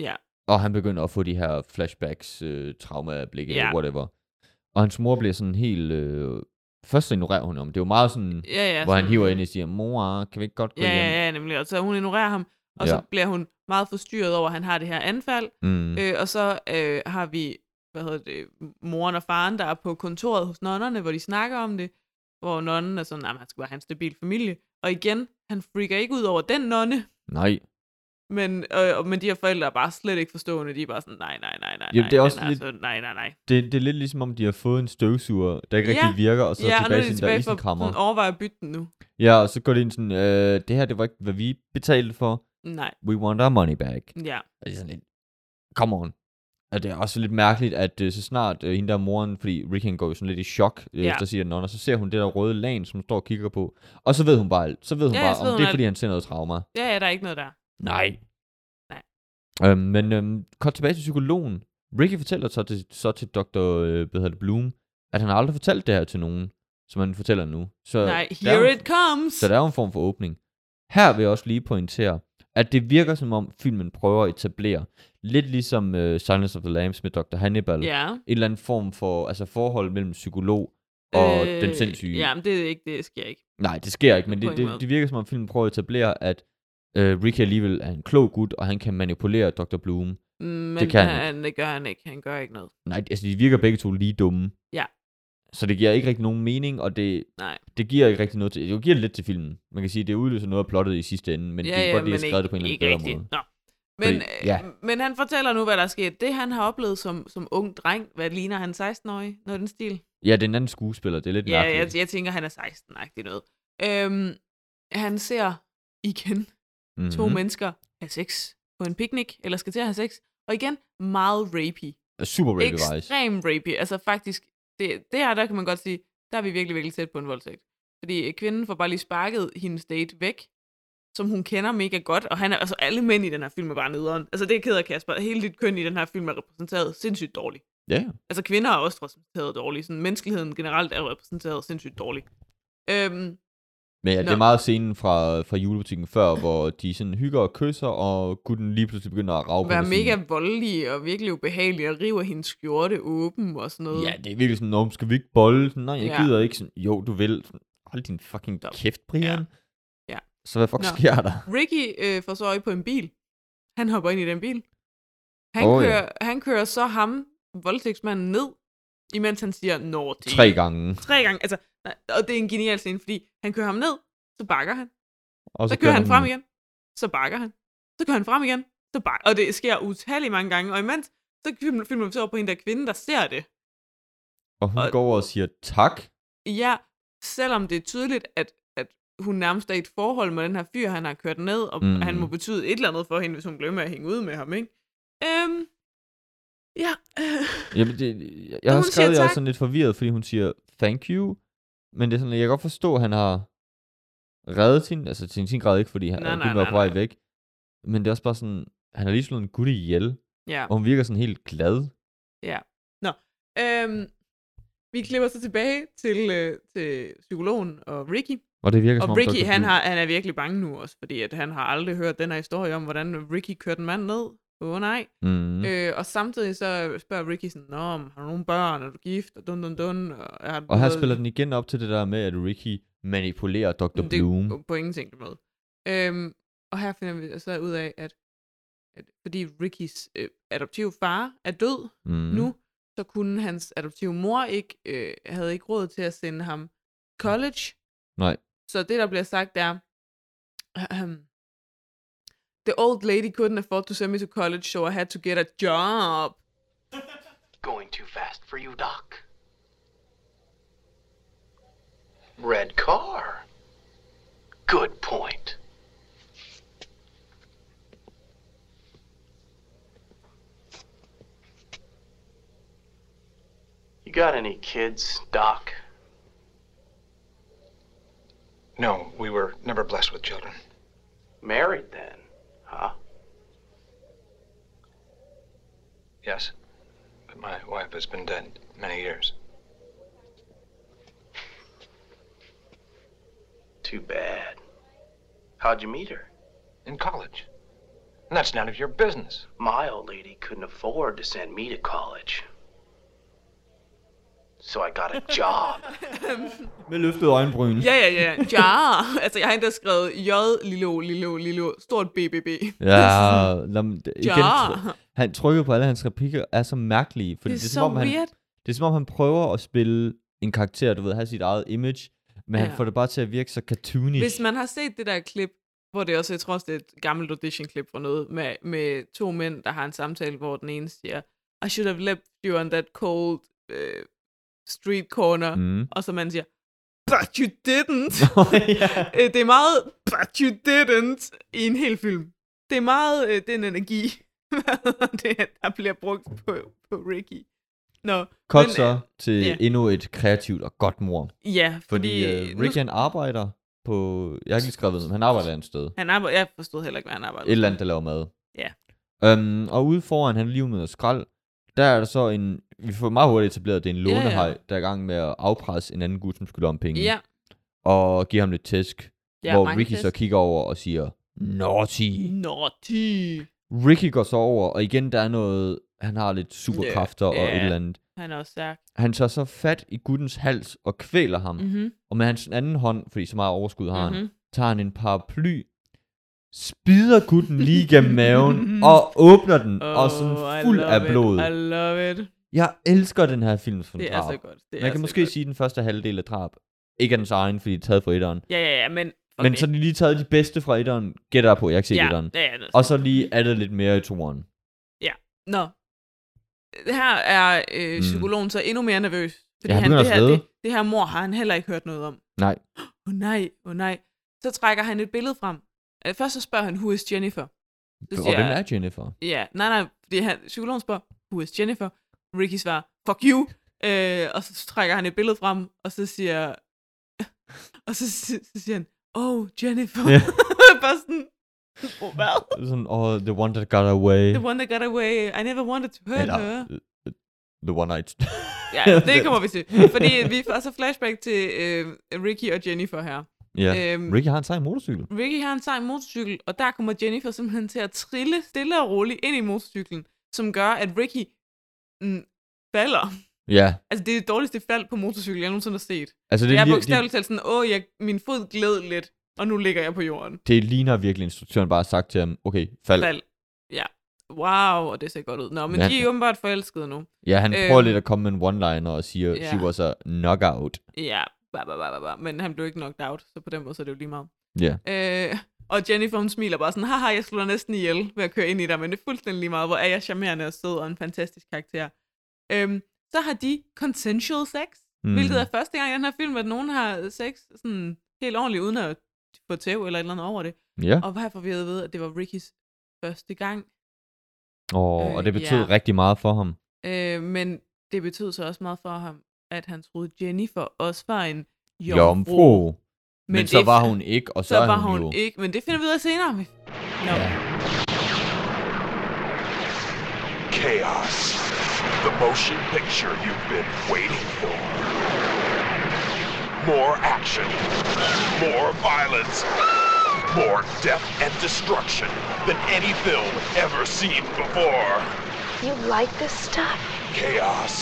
B: Ja.
D: Og han begynder at få de her flashbacks, øh, traumablikke,
B: Ja.
D: ja. whatever. Og hans mor bliver sådan helt... Øh, først så ignorerer hun ham. Det er jo meget sådan...
B: Ja, ja,
D: hvor han
B: sådan-
D: hiver ind og siger, mor, kan vi ikke godt gå
B: Ja,
D: hjem?
B: ja, ja, nemlig. Og så hun ignorerer ham, og ja.
D: Ja.
B: så bliver hun meget forstyrret over, at han har det her anfald.
D: Mm.
B: Øh, og så øh, har vi, hvad hedder det, moren og faren, der er på kontoret hos nonnerne, hvor de snakker om det, hvor nonnen er sådan, at han skal bare have en stabil familie. Og igen, han freaker ikke ud over den nonne,
D: Nej.
B: men, øh, og- men de her forældre er bare slet ikke forstående. De er bare sådan, nej, nej, nej, nej,
D: Jamen,
B: nej,
D: det er
B: den
D: også lidt-
B: altså, nej, nej, nej.
D: Det, det er lidt ligesom om, de har fået en støvsuger, der ikke rigtig virker, og så ja,
B: ja, og nu
D: tilbage
B: er
D: til
B: de
D: den der
B: tilbage for
D: isenkrammer.
B: sådan, overvej at bytte den nu.
D: Ja, og så går det ind sådan, øh, det her, det var ikke, hvad vi betalte for.
B: Nej,
D: We want our money back.
B: ja.
D: Og det er sådan lidt, come on. Og det er også lidt mærkeligt, at øh, så snart øh, hende der moren, fordi Rickon går jo sådan lidt i chok, øh,
B: Ja.
D: efter siger nonner, så ser hun det der røde lagen, som hun står og kigger på. Og så ved hun bare alt. Så ved hun
B: Ja,
D: bare,
B: så
D: om
B: ved hun
D: det er,
B: alt.
D: fordi han ser noget trauma.
B: Ja, ja, der er ikke noget der.
D: Nej.
B: Nej.
D: Øhm, men øhm, kort tilbage til psykologen. Ricky fortæller så til, så til Dr. Øh, hvad hedder det, Bloom, at han aldrig har fortalt det her til nogen, som han fortæller nu. Så
B: Nej,
D: der er
B: here
D: jo-
B: it comes!
D: så der er jo en form for åbning. Her vil jeg også lige pointere, at det virker som om filmen prøver at etablere, lidt ligesom uh, Silence of the Lambs med Dr. Hannibal,
B: Ja.
D: en eller anden form for altså forhold mellem psykolog og øh, den sindssyge.
B: Ja, men det er ikke, det sker ikke.
D: Nej, det sker ikke, men
B: På
D: det,
B: en
D: det,
B: måde.
D: det virker som om filmen prøver at etablere, at øh, Ricky alligevel er en klog gut, og han kan manipulere Dr. Bloom.
B: Mm, Men øh,
D: Det kan han
B: han, det gør han ikke. Han gør ikke noget.
D: Nej, altså de virker begge to lige dumme.
B: Ja.
D: Så det giver ikke rigtig nogen mening, og det,
B: Nej.
D: det giver ikke rigtig noget til... Det giver lidt til filmen. Man kan sige, at det udløser noget af plottet i sidste ende, men det er godt, det er skrevet det på en eller anden bedre
B: rigtigt.
D: måde.
B: Nå. Men,
D: Fordi-
B: Fordi,
D: ja.
B: ja. men han fortæller nu, hvad der er sket. Det, han har oplevet som, som ung dreng, hvad ligner han 16-årig? Noget i den stil?
D: Ja, den anden skuespiller, det er lidt
B: Ja, jeg,
D: mærkeligt.
B: jeg tænker, han er 16-agtig noget. Øhm, han ser igen
D: Mm-hmm.
B: to mennesker have sex på en picnic, eller skal til at have sex. Og igen, meget rapey.
D: Super rapey vibes.
B: Ekstrem rapey. Altså faktisk, det, det her, der kan man godt sige, der er vi virkelig, virkelig tæt på en voldtægt. Fordi øh, kvinden får bare lige sparket hendes date væk, som hun kender mega godt, og han er, altså alle mænd i den her film er bare nederen. Altså det er jeg ked af, Kasper. Hele dit køn i den her film er repræsenteret sindssygt dårligt.
D: Ja, ja.
B: Altså kvinder er også repræsenteret dårligt. Sådan, menneskeligheden generelt er repræsenteret sindssygt dårligt. Øhm,
D: Men ja, det er
B: Nå.
D: meget scenen fra, fra julebutikken før, hvor de sådan hygger og kysser, og gutten lige pludselig begynder at rave på
B: være
D: hende
B: mega voldelig og virkelig ubehagelig og river hendes skjorte åben og sådan
D: sådan,
B: noget.
D: Ja, det er virkelig sådan, om skal vi ikke bolle? Sådan, Nej, jeg
B: Ja.
D: gider ikke. Sådan, jo, du vil. Sådan, Hold din fucking
B: Stop.
D: kæft, Brian.
B: Ja. Ja.
D: Så hvad fuck
B: Nå.
D: sker der?
B: Ricky øh, får så øje på en bil. Han hopper ind i den bil. Han,
D: Åh,
B: oh,
D: ja.
B: kører, ja. han kører så ham, voldtægtsmanden, ned, imens han siger, Nå, det er-"
D: Tre gange.
B: Tre gange. Altså, nej, og det er en genial scene, fordi han kører ham ned, så bakker han.
D: Og
B: Så, så kører han frem igen, så bakker han. Så kører han frem igen, så bakker Og det sker utallige mange gange. Og imens, så film- filmer vi så over på en der kvinde, der ser det.
D: Og hun
B: Og-
D: går over og siger tak.
B: Ja, selvom det er tydeligt, at, at hun nærmest er i et forhold med den her fyr, han har kørt ned, og
D: Mm.
B: mm. han må betyde et eller andet for hende, hvis hun glemmer at hænge ud med ham, ikke? Øhm, ja, øh,
D: Jamen, det, jeg, jeg
B: Så
D: har
B: hun
D: skrevet,
B: siger
D: jeg er
B: tak.
D: sådan lidt forvirret, fordi hun siger thank you. Men det er sådan, at jeg kan godt forstå, at han har reddet sin, altså til sin grad ikke, fordi han
B: Nej,
D: nej,
B: nej,
D: nej, var
B: nej,
D: på vej
B: nej.
D: væk. Men det er også bare sådan, han har lige slået en gut ihjel,
B: ja.
D: og hun virker sådan helt glad.
B: Øhm, vi klipper så tilbage til, øh, til psykologen og Ricky.
D: Og det virker som
B: Og
D: om
B: Ricky,
D: Dr.
B: han,
D: Blue-
B: har, han er virkelig bange nu også, fordi at han har aldrig hørt den her historie om, hvordan Ricky kørte en mand ned. Åh oh, nej.
D: Mm.
B: Mm.
D: Øh,
B: Øh, og samtidig så spørger Ricky sådan, Nå, men har du nogle børn? Er du gift? Og dun dun dun. Og, har du
D: og her
B: noget-
D: spiller den igen op til det der med, at Ricky manipulerer Dr.
B: Men
D: Bloom.
B: Det er på ingen tænkelig måde. Øhm, og her finder vi så ud af, at, at fordi Rickys øh, adoptive far er død
D: Mm.
B: mm. nu, så kunne hans adoptive mor ikke, øh, havde ikke råd til at sende ham college.
D: Nej.
B: Så det, der bliver sagt, er, The old lady couldn't afford to send me to college, so I had to get a job.
H: Going too fast for you, Doc. Red car. Good point. You got any kids, Doc?
E: No, we were never blessed with children.
H: Married then, huh?
E: Yes, but my wife has been dead many years.
H: Too bad. How'd you meet her?
E: In college. And that's none of your business.
H: My old lady couldn't afford to send me to college. so I got a job.
D: Med løftet øjenbryn.
B: Ja, ja, ja. Ja. altså, jeg har endda skrevet J, lille O, lille O, lille O, stort BBB.
D: Ja, jamen, det- igen,
B: Ja.
D: tr- han trykker på alle hans replikker, er så mærkelige, fordi det er,
B: Det er
D: det, er
B: så
D: som om, han,
B: weird.
D: det er som om, han prøver at spille en karakter, du ved, have sit eget image, men ja.
B: Ja.
D: han får det bare til at virke så cartoonish.
B: Hvis man har set det der klip, hvor det også, jeg tror også, det er et gammelt audition-klip for noget, med, med to mænd, der har en samtale, hvor den ene siger, I should have left you on that cold uh, street corner, mm.
D: Mm.
B: og så man siger, but you didn't.
D: ja.
B: Øh, det er meget, but you didn't, i en hel film. Det er meget øh, den energi, det, er, der bliver brugt på, på Ricky. Nå,
D: Kort
B: men,
D: så til
B: ja.
D: endnu et kreativt og godt mor.
B: øh, Ja,
D: Fordi,
B: fordi...
D: fordi øh, Rick,
B: nu,
D: han arbejder på... Jeg har ikke lige skrevet, ved, men han arbejder et andet sted.
B: han arbejder, jeg forstod heller ikke, hvad han
D: Et
B: arbejder.
D: eller andet, der laver mad.
B: Ja.
D: Øhm, og ude foran han lige med noget skrald, der er der så en... Vi får meget hurtigt etableret, at det er en
B: Ja, ja.
D: lånehej, der er i gang med at afpresse en anden gut, som skylder om penge.
B: Ja,
D: Og give ham lidt tæsk.
B: ja
D: hvor
B: mange
D: Ricky så
B: test.
D: kigger over og siger, Naughty.
B: Naughty.
D: Ricky går så over, og igen, der er noget... Han har lidt superkræfter
B: Ja,
D: og
B: ja.
D: et eller andet.
B: Han er også stærk.
D: Han tager så fat i guttens hals og kvæler ham.
B: Mm-hmm.
D: Og med hans anden hånd, fordi så meget overskud har mm-hmm. han,
B: Mhm.
D: tager han en paraply, spider gutten lige gennem maven, og åbner den, oh, og sådan fuld af blod.
B: It. I love it.
D: Jeg elsker den her film som
B: Det er
D: drab.
B: så godt. Det er
D: Man kan
B: så
D: måske
B: godt.
D: sige, at den første halvdel er drab. Ikke er dens egen, fordi det er taget fra etteren.
B: Ja, ja, ja, men...
D: Okay. Men så har de lige taget de bedste fra etteren, gætter jeg på, jeg har ikke set
B: ja,
D: etteren.
B: ja, ja, det er
D: Og så lige er det lidt mere i toeren.
B: Nå. Her er øh,
D: Mm.
B: psykologen så endnu mere nervøs. Fordi
D: Ja, han
B: han,
D: begynder
B: det,
D: at
B: her, det,
D: svede.
B: det her mor har han heller ikke hørt noget om.
D: Nej.
B: Åh oh, nej, åh oh, nej. Så trækker han et billede frem. Øh, Først så spørger han, who is Jennifer? Så
D: Og
B: siger
D: hvem
B: jeg-
D: er Jennifer?
B: Ja, nej, nej, fordi han, psykologen spørger, who is Jennifer? Ricky svarer, fuck you. Øh, og så trækker han et billede frem, og så siger, og så, si- så siger han, oh, Jennifer.
D: Ja.
B: Ja. Bare sådan, oh, hvad?
D: Sådan, oh, the one that got away.
B: The one that got away, I never wanted to hurt
D: Eller,
B: her.
D: øh, øh, the one night.
B: Ja, det kommer vi til. Fordi vi får så flashback til øh, Ricky og Jennifer her.
D: ja.
B: Øhm,
D: Ricky har en sej motorcykel.
B: Ricky har en sej motorcykel, og der kommer Jennifer simpelthen til at trille stille og roligt ind i motorcyklen, som gør, at Ricky mm, falder.
D: Ja,
B: Altså, det er det dårligste fald på motorcykel, jeg nogensinde har set.
D: altså det,
B: Det er
D: li-
B: bogstaveligt talt sådan, åh, jeg, min fod gled lidt, og nu ligger jeg på jorden.
D: det, det ligner virkelig, instruktøren bare har sagt til ham, okay, fald.
B: Fald. Ja. Wow, og det ser godt ud. Nå, men
D: Ja.
B: ja. de er åbenbart forelskede nu.
D: Ja, han
B: Øhm.
D: prøver lidt at komme med en one-liner og siger,
B: Ja.
D: she was a knockout.
B: Ja, ba, ba, ba, ba, ba. men han blev ikke knocked out, så på den måde så er det jo lige meget.
D: Ja.
B: Øh, og Jennifer, hun smiler bare sådan, haha, jeg slår dig næsten ihjel ved at køre ind i dig, men det er fuldstændig lige meget, hvor er jeg charmerende og sød og en fantastisk karakter. Øhm, så har de consensual sex, mm.
D: Mhm.
B: hvilket er første gang i den her film, at nogen har sex sådan helt ordentligt, uden at få tæv eller et eller andet over det.
D: Ja,
B: Og hvad får vi at vide, at det var Rickys første gang?
D: og,
B: øh,
D: og det betød
B: ja.
D: rigtig meget for ham.
B: Øh, men det betød så også meget for ham, at han troede, Jennifer også var en jomfru.
D: Jomfru. Men, men så
B: det-
D: var hun ikke, og så,
B: Så
D: er
B: var
D: hun,
B: hun
D: jo...
B: ikke, men det finder vi ud af senere. Nå,
E: Chaos. The motion picture you've been waiting for. More action. More violence. More death and destruction than any film ever seen before.
I: You like this stuff?
E: Chaos.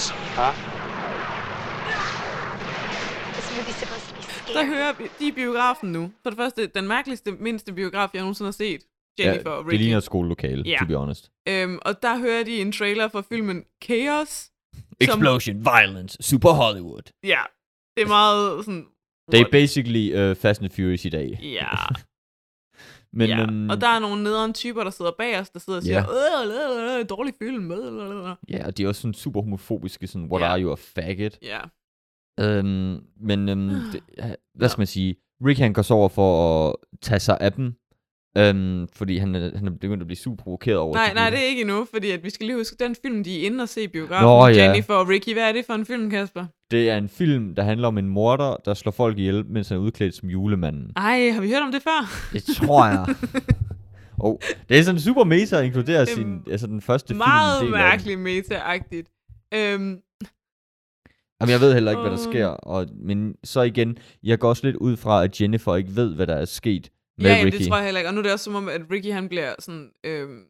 I: This movie's supposed to be scary.
B: så hører vi, de er i biografen nu. For det første, den mærkeligste, mindste biograf, jeg nogensinde har set. Jennifer og
D: det
B: Ricky.
D: ligner et skolelokale,
B: Ja.
D: to be honest.
B: Øhm, og der hører de en trailer for filmen Chaos.
D: Explosion, violence, super Hollywood.
B: Ja, det er meget sådan...
D: Det er
B: what?
D: basically uh, Fast and Furious i dag.
B: Ja,
D: Men,
B: ja.
D: øhm,
B: og der er nogle nederen typer, der sidder bag os, der sidder og siger,
D: Ja.
B: yeah. øh, dårlig film, øh, øh, øh."
D: ja, og de er også sådan super homofobiske, sådan, what
B: Ja.
D: are you, a faggot?
B: Ja,
D: Øhm, men øhm,
B: Ah.
D: det, ja, hvad skal man sige? Rick han går så over for at tage sig af dem, øhm, fordi han, er- han er begyndt at blive super provokeret over
B: nej,
D: sit
B: nej,
D: liv.
B: det er ikke endnu, fordi at vi skal lige huske, den film, de er inde og se i biografen,
D: Nå, ja.
B: Jennifer og Ricky, hvad er det for en film, Kasper?
D: det er en film, der handler om en morder, der slår folk ihjel, mens han er udklædt som julemanden.
B: Ej, har vi hørt om det før?
D: Det tror jeg. oh, det er sådan super meta at inkludere
B: Det er
D: sin, altså den første
B: meget
D: film.
B: mærkeligt meta-agtigt. Øhm,
D: Jamen, jeg ved heller ikke, hvad der
B: Åh.
D: sker. Og, men så igen, jeg går også lidt ud fra, at Jennifer ikke ved, hvad der er sket med
B: ja, jamen,
D: Ricky.
B: det tror jeg heller ikke. Og nu er det også som om, at Ricky han bliver sådan øhm,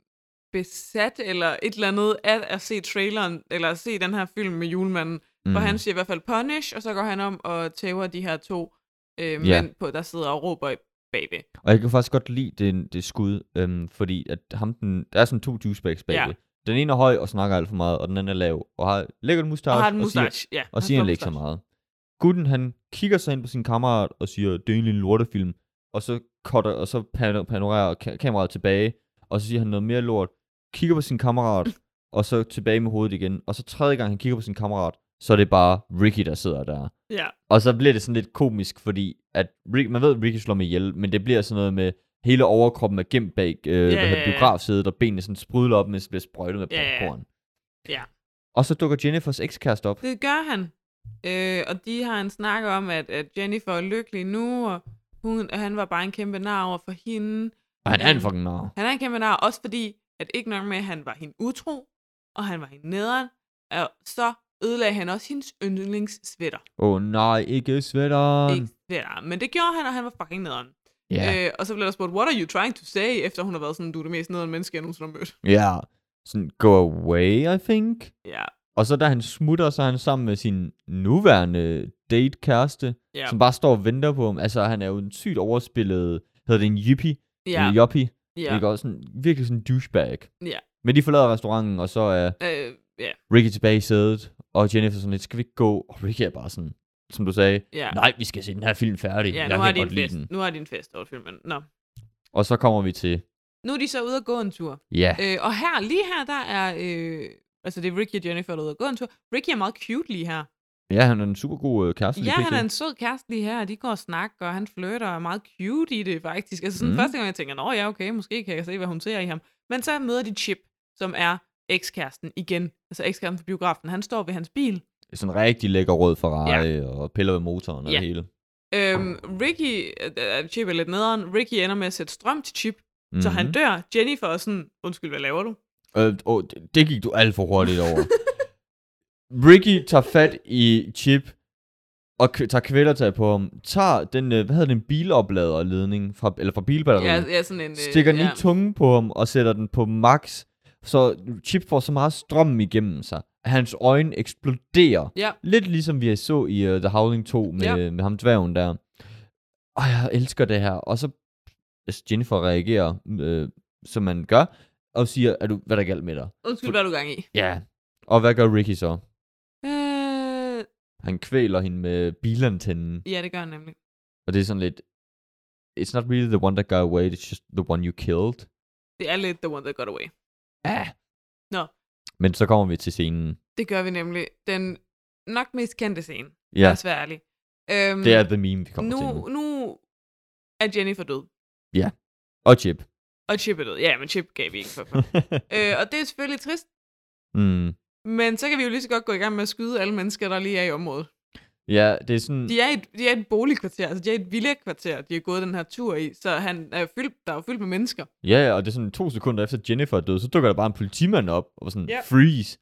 B: besat eller et eller andet af at se traileren, eller at se den her film med julemanden, Mm. Hvor han siger i hvert fald punish, og så går han om og tæver de her to øh,
D: Ja.
B: mænd på, der sidder og råber bagved.
D: Og jeg kan faktisk godt lide det, det skud, øhm, fordi at ham den, der er sådan to douchebags bagved.
B: Ja.
D: Ja. Den ene er høj og snakker alt for meget, og den anden er lav og har lækker en mustache
B: Og har en
D: siger,
B: mustache. Ja,
D: og
B: han
D: siger
B: har
D: egentlig ikke så
B: mustache.
D: meget. Gutten, han kigger så ind på sin kammerat og siger, det er egentlig en lortefilm. Og så cutter, og så pan- panorerer ka- kameraet tilbage, og så siger han noget mere lort. Kigger på sin kammerat, og så tilbage med hovedet igen. Og så tredje gang, han kigger på sin kammerat, så er det bare Ricky, der sidder der.
B: Ja,
D: Og så bliver det sådan lidt komisk, fordi at Rick, man ved, at Ricky slår mig ihjel, men det bliver sådan noget med, hele overkroppen er gemt bag øh, yeah,
B: ja,
D: yeah,
B: ja.
D: biografsædet, og benene sådan sprudler op, mens det bliver sprøjtet med
B: Ja, ja, ja.
D: popcorn.
B: Ja.
D: Og så dukker Jennifers ekskæreste op.
B: det gør han. Øh, og de har en snak om, at, at Jennifer er lykkelig nu, og hun, og han var bare en kæmpe nar over for hende. Øh,
D: Og han er en fucking nar.
B: Han er en kæmpe nar, også fordi, at ikke nok med, at han var hende utro, og han var hende nederen, og så ødelagde han også hendes yndlingssvætter.
D: Åh oh, nej, ikke sweateren.
B: Ikke svætter, men det gjorde han, og han var fucking nederen.
D: Ja.
B: Øh, og så blev der spurgt, what are you trying to say, efter hun har været sådan, du er det mest nederen menneske, jeg nogensinde har mødt.
D: Ja. Sådan, go away, I think.
B: Ja,
D: Og så da han smutter, så er han sammen med sin nuværende date-kæreste,
B: ja,
D: som bare står og venter på ham. Altså, han er jo en sygt overspillet, hedder det en yippie,
B: ja,
D: en yuppie,
B: ja,
D: ja. ikke også? Sådan, virkelig sådan en douchebag.
B: Ja.
D: Men de forlader restauranten, og så er
B: øh, ja,
D: Ricky tilbage i sædet, og Jennifer sådan lidt, skal vi ikke gå? Og Ricky er bare sådan, som du sagde,
B: ja.
D: nej, vi skal se den her film færdig.
B: ja,
D: Jeg
B: nu har
D: kan
B: de en
D: godt lide
B: fest.
D: den.
B: Nu har de en fest over filmen. Nå.
D: Og så kommer vi til,
B: Nu er de så ude og gå en tur.
D: ja,
B: Øh, og her, lige her, der er... Øh, altså, det er Ricky og Jennifer, der er ude og gå en tur. Ricky er meget cute lige her.
D: ja han er en super god øh, kæreste. lige
B: Ja, han
D: pt.
B: er en sød kæreste lige her, og de går og snakker, og han flytter og er meget cute i det, faktisk. Altså, sådan
D: Mm.
B: mm. første gang, jeg tænker, nå ja, okay, måske kan jeg se, hvad hun ser i ham. Men så møder de Chip, som er ekskæresten igen. Altså ekskæresten fra biografen. Han står ved hans bil.
D: sådan en rigtig lækker rød Ferrari, ja. og piller ved motoren og
B: Ja.
D: det hele.
B: Øhm, Ricky, øh, øh, Chip er lidt nederen. Ricky ender med at sætte strøm til Chip, mm-hmm.
D: Mm-hmm.
B: så han dør. Jennifer er sådan, undskyld, hvad laver du?
D: Øh, åh, det, det gik du alt for hurtigt over. Ricky tager fat i Chip, og k- tager kvælertag på ham, tager den, øh, hvad hedder den, bilopladerledning, fra, eller fra bilbatteriet,
B: Ja, ja, sådan en... øh,
D: stikker den
B: ja.
D: i tungen på ham, og sætter den på max, så Chip får så meget strøm igennem sig, at hans øjne eksploderer.
B: Ja.
D: Lidt ligesom vi så i uh, The Howling 2 med,
B: Ja.
D: ja. med ham dværgen der. Og jeg elsker det her. Og så altså, Jennifer reagerer, øh, som man gør, og siger, er du, hvad er der galt med dig?
B: Undskyld, hvad er du gang i?
D: Ja. Og hvad gør Ricky så?
B: Øh,
D: Han kvæler hende med bilantænden.
B: ja, det gør han nemlig.
D: Og det er sådan lidt, it's not really the one that got away, it's just the one you killed.
B: Det er lidt the one that got away.
D: Ah.
B: Nå.
D: Men så kommer vi til scenen.
B: Det gør vi nemlig. Den nok mest kendte scene.
D: Ja,
B: Lad os være ærlige. Øhm,
D: det er the meme, vi kommer
B: nu,
D: til nu.
B: nu er Jennifer død.
D: Og Chip.
B: Og Chip er død. Ja, men Chip gav vi ikke for. øh, og det er selvfølgelig trist,
D: mm.
B: men så kan vi jo lige så godt gå i gang med at skyde alle mennesker, der lige er i området.
D: Mm. Ja, det er sådan,
B: De er i et, de er i et boligkvarter, altså de er i et villakvarter, de har gået den her tur i, så han er jo fyldt, der er jo fyldt med mennesker.
D: ja, ja, og det er sådan to sekunder efter Jennifer er død, så dukker der bare en politimand op, og sådan,
B: Ja.
D: yeah. freeze.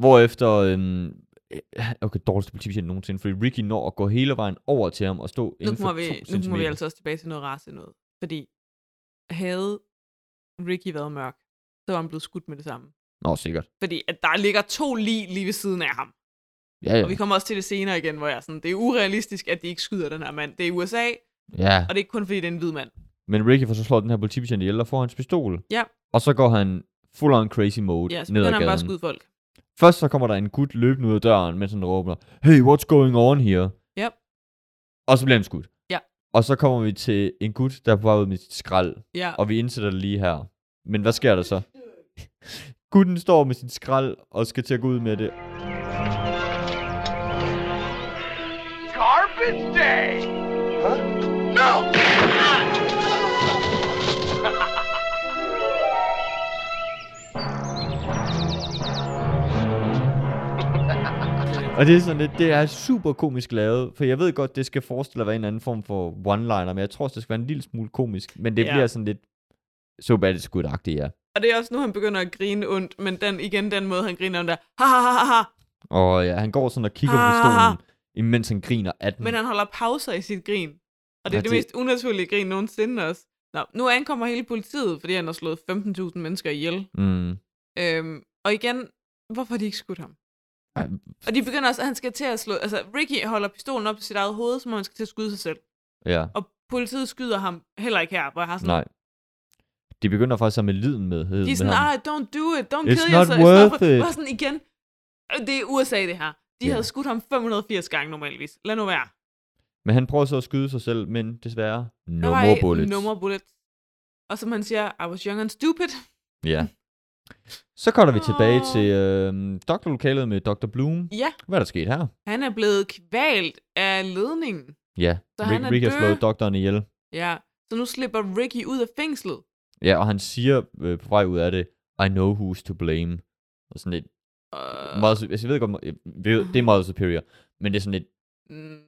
D: Hvorefter, øhm, øh, okay, dårligste politibetjent nogensinde, fordi Ricky når at gå hele vejen over til ham og stå
B: Nu
D: inden for
B: kommer,
D: to
B: vi, nu kommer vi
D: centimeter.
B: altså også tilbage til noget race noget. Fordi havde Ricky været mørk, så var han blevet skudt med det samme.
D: Nå, sikkert.
B: Fordi at der ligger to lig lige ved siden af ham.
D: Ja, ja.
B: Og vi kommer også til det senere igen, hvor jeg er sådan, det er urealistisk, at de ikke skyder den her mand. Det er i USA,
D: ja.
B: og det er ikke kun fordi, det er en hvid mand.
D: Men Ricky får så slået den her politibetjent ihjel og får hans pistol.
B: Ja.
D: Og så går han full on crazy mode
B: Ja, så
D: ned ad
B: begynder han
D: gaden.
B: bare at skyde folk.
D: Først så kommer der en gut løbende ud af døren, mens han råber, hey, what's going on here?
B: Yep.
D: Og så bliver han skudt.
B: Ja.
D: Og så kommer vi til en gut, der er på vej ud med sit skrald,
B: Ja,
D: og vi indsætter det lige her. Men hvad sker der så? Gutten står med sit skrald og skal til at gå ud med det.
E: Garbage day! Huh? No!
D: Og det er sådan lidt, det er super komisk lavet, for jeg ved godt, det skal forestille at være en anden form for one-liner, men jeg tror også, det skal være en lille smule komisk, men det
B: Ja.
D: ja. bliver sådan lidt so bad it's good ja.
B: og det er også nu, han begynder at grine ondt, men den, igen den måde, han griner om der, ha ha ha ha, ha.
D: Og ja, han går sådan og kigger på
B: Ah.
D: pistolen, imens han griner af den.
B: Men han holder pauser i sit grin. Og det er
D: Ja,
B: det,
D: det-
B: mest unaturlige grin nogensinde også. Nå, nu ankommer hele politiet, fordi han har slået 15.000 mennesker ihjel.
D: Mm.
B: Øhm, og igen, hvorfor har de ikke skudt ham?
D: Ej,
B: Og de begynder også, at han skal til at slå... Altså, Ricky holder pistolen op til sit eget hoved, som om han skal til at skyde sig selv.
D: ja,
B: Og politiet skyder ham heller ikke her, hvor jeg har sådan...
D: nej. De begynder faktisk at med liden med.
B: De er
D: med
B: sådan,
D: ham.
B: ah, don't do it, don't
D: It's
B: kill
D: not
B: yourself.
D: worth it.
B: Bare sådan igen. Øh, Det er USA, det her. De
D: Ja.
B: havde skudt ham 580 gange normalvis. Lad nu være.
D: Men han prøver så at skyde sig selv, men desværre, no
B: Der var
D: more
B: ikke
D: bullets.
B: No more bullets. Og som han siger, I was young and stupid.
D: Ja. Så kommer vi
B: Åh.
D: tilbage til øh, doktorlokalet med Dr. Bloom.
B: Ja,
D: Hvad er der sket her?
B: han er blevet kvalt af ledningen.
D: Ja,
B: Så
D: Rick,
B: han er
D: Rick har
B: død.
D: slået doktoren ihjel.
B: Ja, så nu slipper Ricky ud af fængslet.
D: Ja, og han siger øh, på vej ud af det, I know who's to blame. Og sådan lidt,
B: Og,
D: uh, meget, su- altså, jeg ved godt, jeg ved, det er meget superior, men det er sådan lidt,
B: Mm,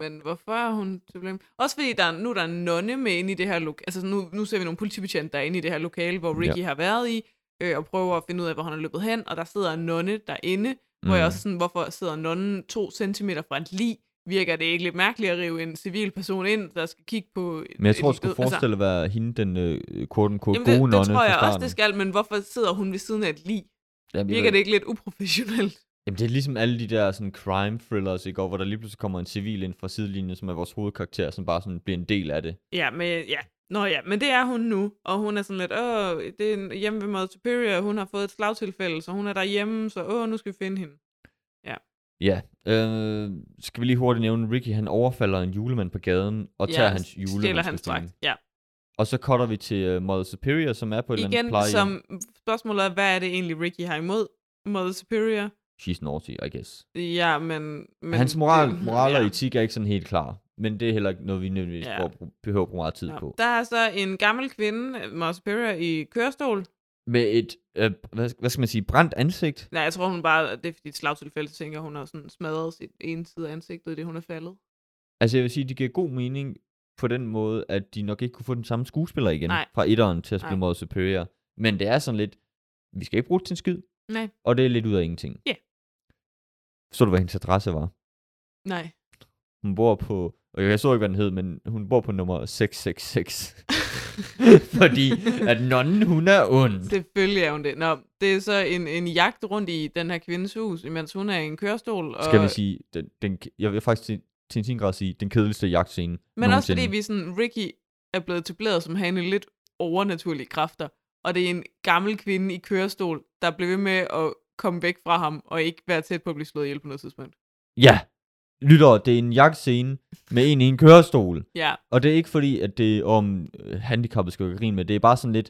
B: men hvorfor er hun til blame? Også fordi der er, nu er der en nonne med inde i det her lokale. Altså nu, nu ser vi nogle politibetjente, der er inde i det her lokale, hvor Ricky ja. har været i, øh, og prøver at finde ud af, hvor han er løbet hen. Og der sidder en nonne derinde, mm. hvor jeg
D: Mm.
B: også er sådan, hvorfor sidder nonnen to centimeter fra et lig? Virker det ikke lidt mærkeligt at rive en civil person ind, der skal kigge på...
D: men jeg
B: en
D: tror, jeg skulle
B: død? Altså,
D: forestille være hende, den øh, korten kort
B: jamen,
D: gode
B: det,
D: nonne
B: det tror jeg
D: fra
B: også, det skal, men hvorfor sidder hun ved siden af et lig?
D: Jamen, jeg
B: Virker
D: ved-
B: det ikke lidt uprofessionelt?
D: Jamen, det er ligesom alle de der sådan, crime thrillers, ikke? Og hvor der lige pludselig kommer en civil ind fra sidelinjen, som er vores hovedkarakter, som bare sådan bliver en del af det.
B: Ja, men ja. Nå ja, men det er hun nu, og hun er sådan lidt, åh, det er en- hjemme ved Mother Superior, hun har fået et slagtilfælde, så hun er derhjemme, så åh, nu skal vi finde hende.
D: Ja, øh, skal vi lige hurtigt nævne, Ricky han overfalder en julemand på gaden og
B: ja,
D: tager hans
B: Stjæler hans
D: julemandskostume.
B: dragt, ja.
D: Og så cutter vi til uh, Mother Superior, som er på et eller andet
B: Igen,
D: plejehjem.
B: som spørgsmålet er, hvad er det egentlig, Ricky har imod Mother Superior?
D: She's naughty, I guess.
B: Ja, men... men
D: Men hans moral,
B: det-
D: moral og
B: ja.
D: etik er ikke sådan helt klar. Men det er heller ikke noget, vi nødvendigvis
B: Ja.
D: ja. behøver at bruge meget tid
B: Nå,
D: på.
B: Der er så en gammel kvinde, Mother Superior, i kørestol.
D: Med et, øh, hvad, hvad skal man sige, brændt ansigt.
B: Nej, jeg tror hun bare, at det er fordi et slagtilfælde, så tænker jeg, hun har sådan smadret sit ene side af ansigtet, i det hun er faldet.
D: Altså jeg vil sige, det giver god mening på den måde, at de nok ikke kunne få den samme skuespiller igen
B: Nej.
D: fra etteren til at
B: Nej.
D: spille Mother Superior. Men det er sådan lidt, vi skal ikke bruge det til en skid.
B: Nej.
D: Og det er lidt ud af ingenting.
B: Ja.
D: Så du, hvad hendes adresse var?
B: Nej.
D: Hun bor på, og jeg så ikke, hvad den hed, men hun bor på nummer 666. Fordi at nonnen, hun er ond.
B: Selvfølgelig er hun det. Nå, det er så en, en jagt rundt i den her kvindes hus, imens hun er i en kørestol. Og,
D: Skal vi sige, den, den, jeg vil faktisk til, til en sin grad sige, den kedeligste jagtscene
B: Men også fordi vi er sådan, Ricky er blevet etableret som havende lidt overnaturlige kræfter. Og det er en gammel kvinde i kørestol, der blev ved med at komme væk fra ham, og ikke være tæt på at blive slået ihjel på noget tidspunkt.
D: Ja, lytter, det er en jagtscene med en i en kørestol.
B: Ja,
D: Og det er ikke fordi, at det er om øh, handicappet skal grine med, det er bare sådan lidt,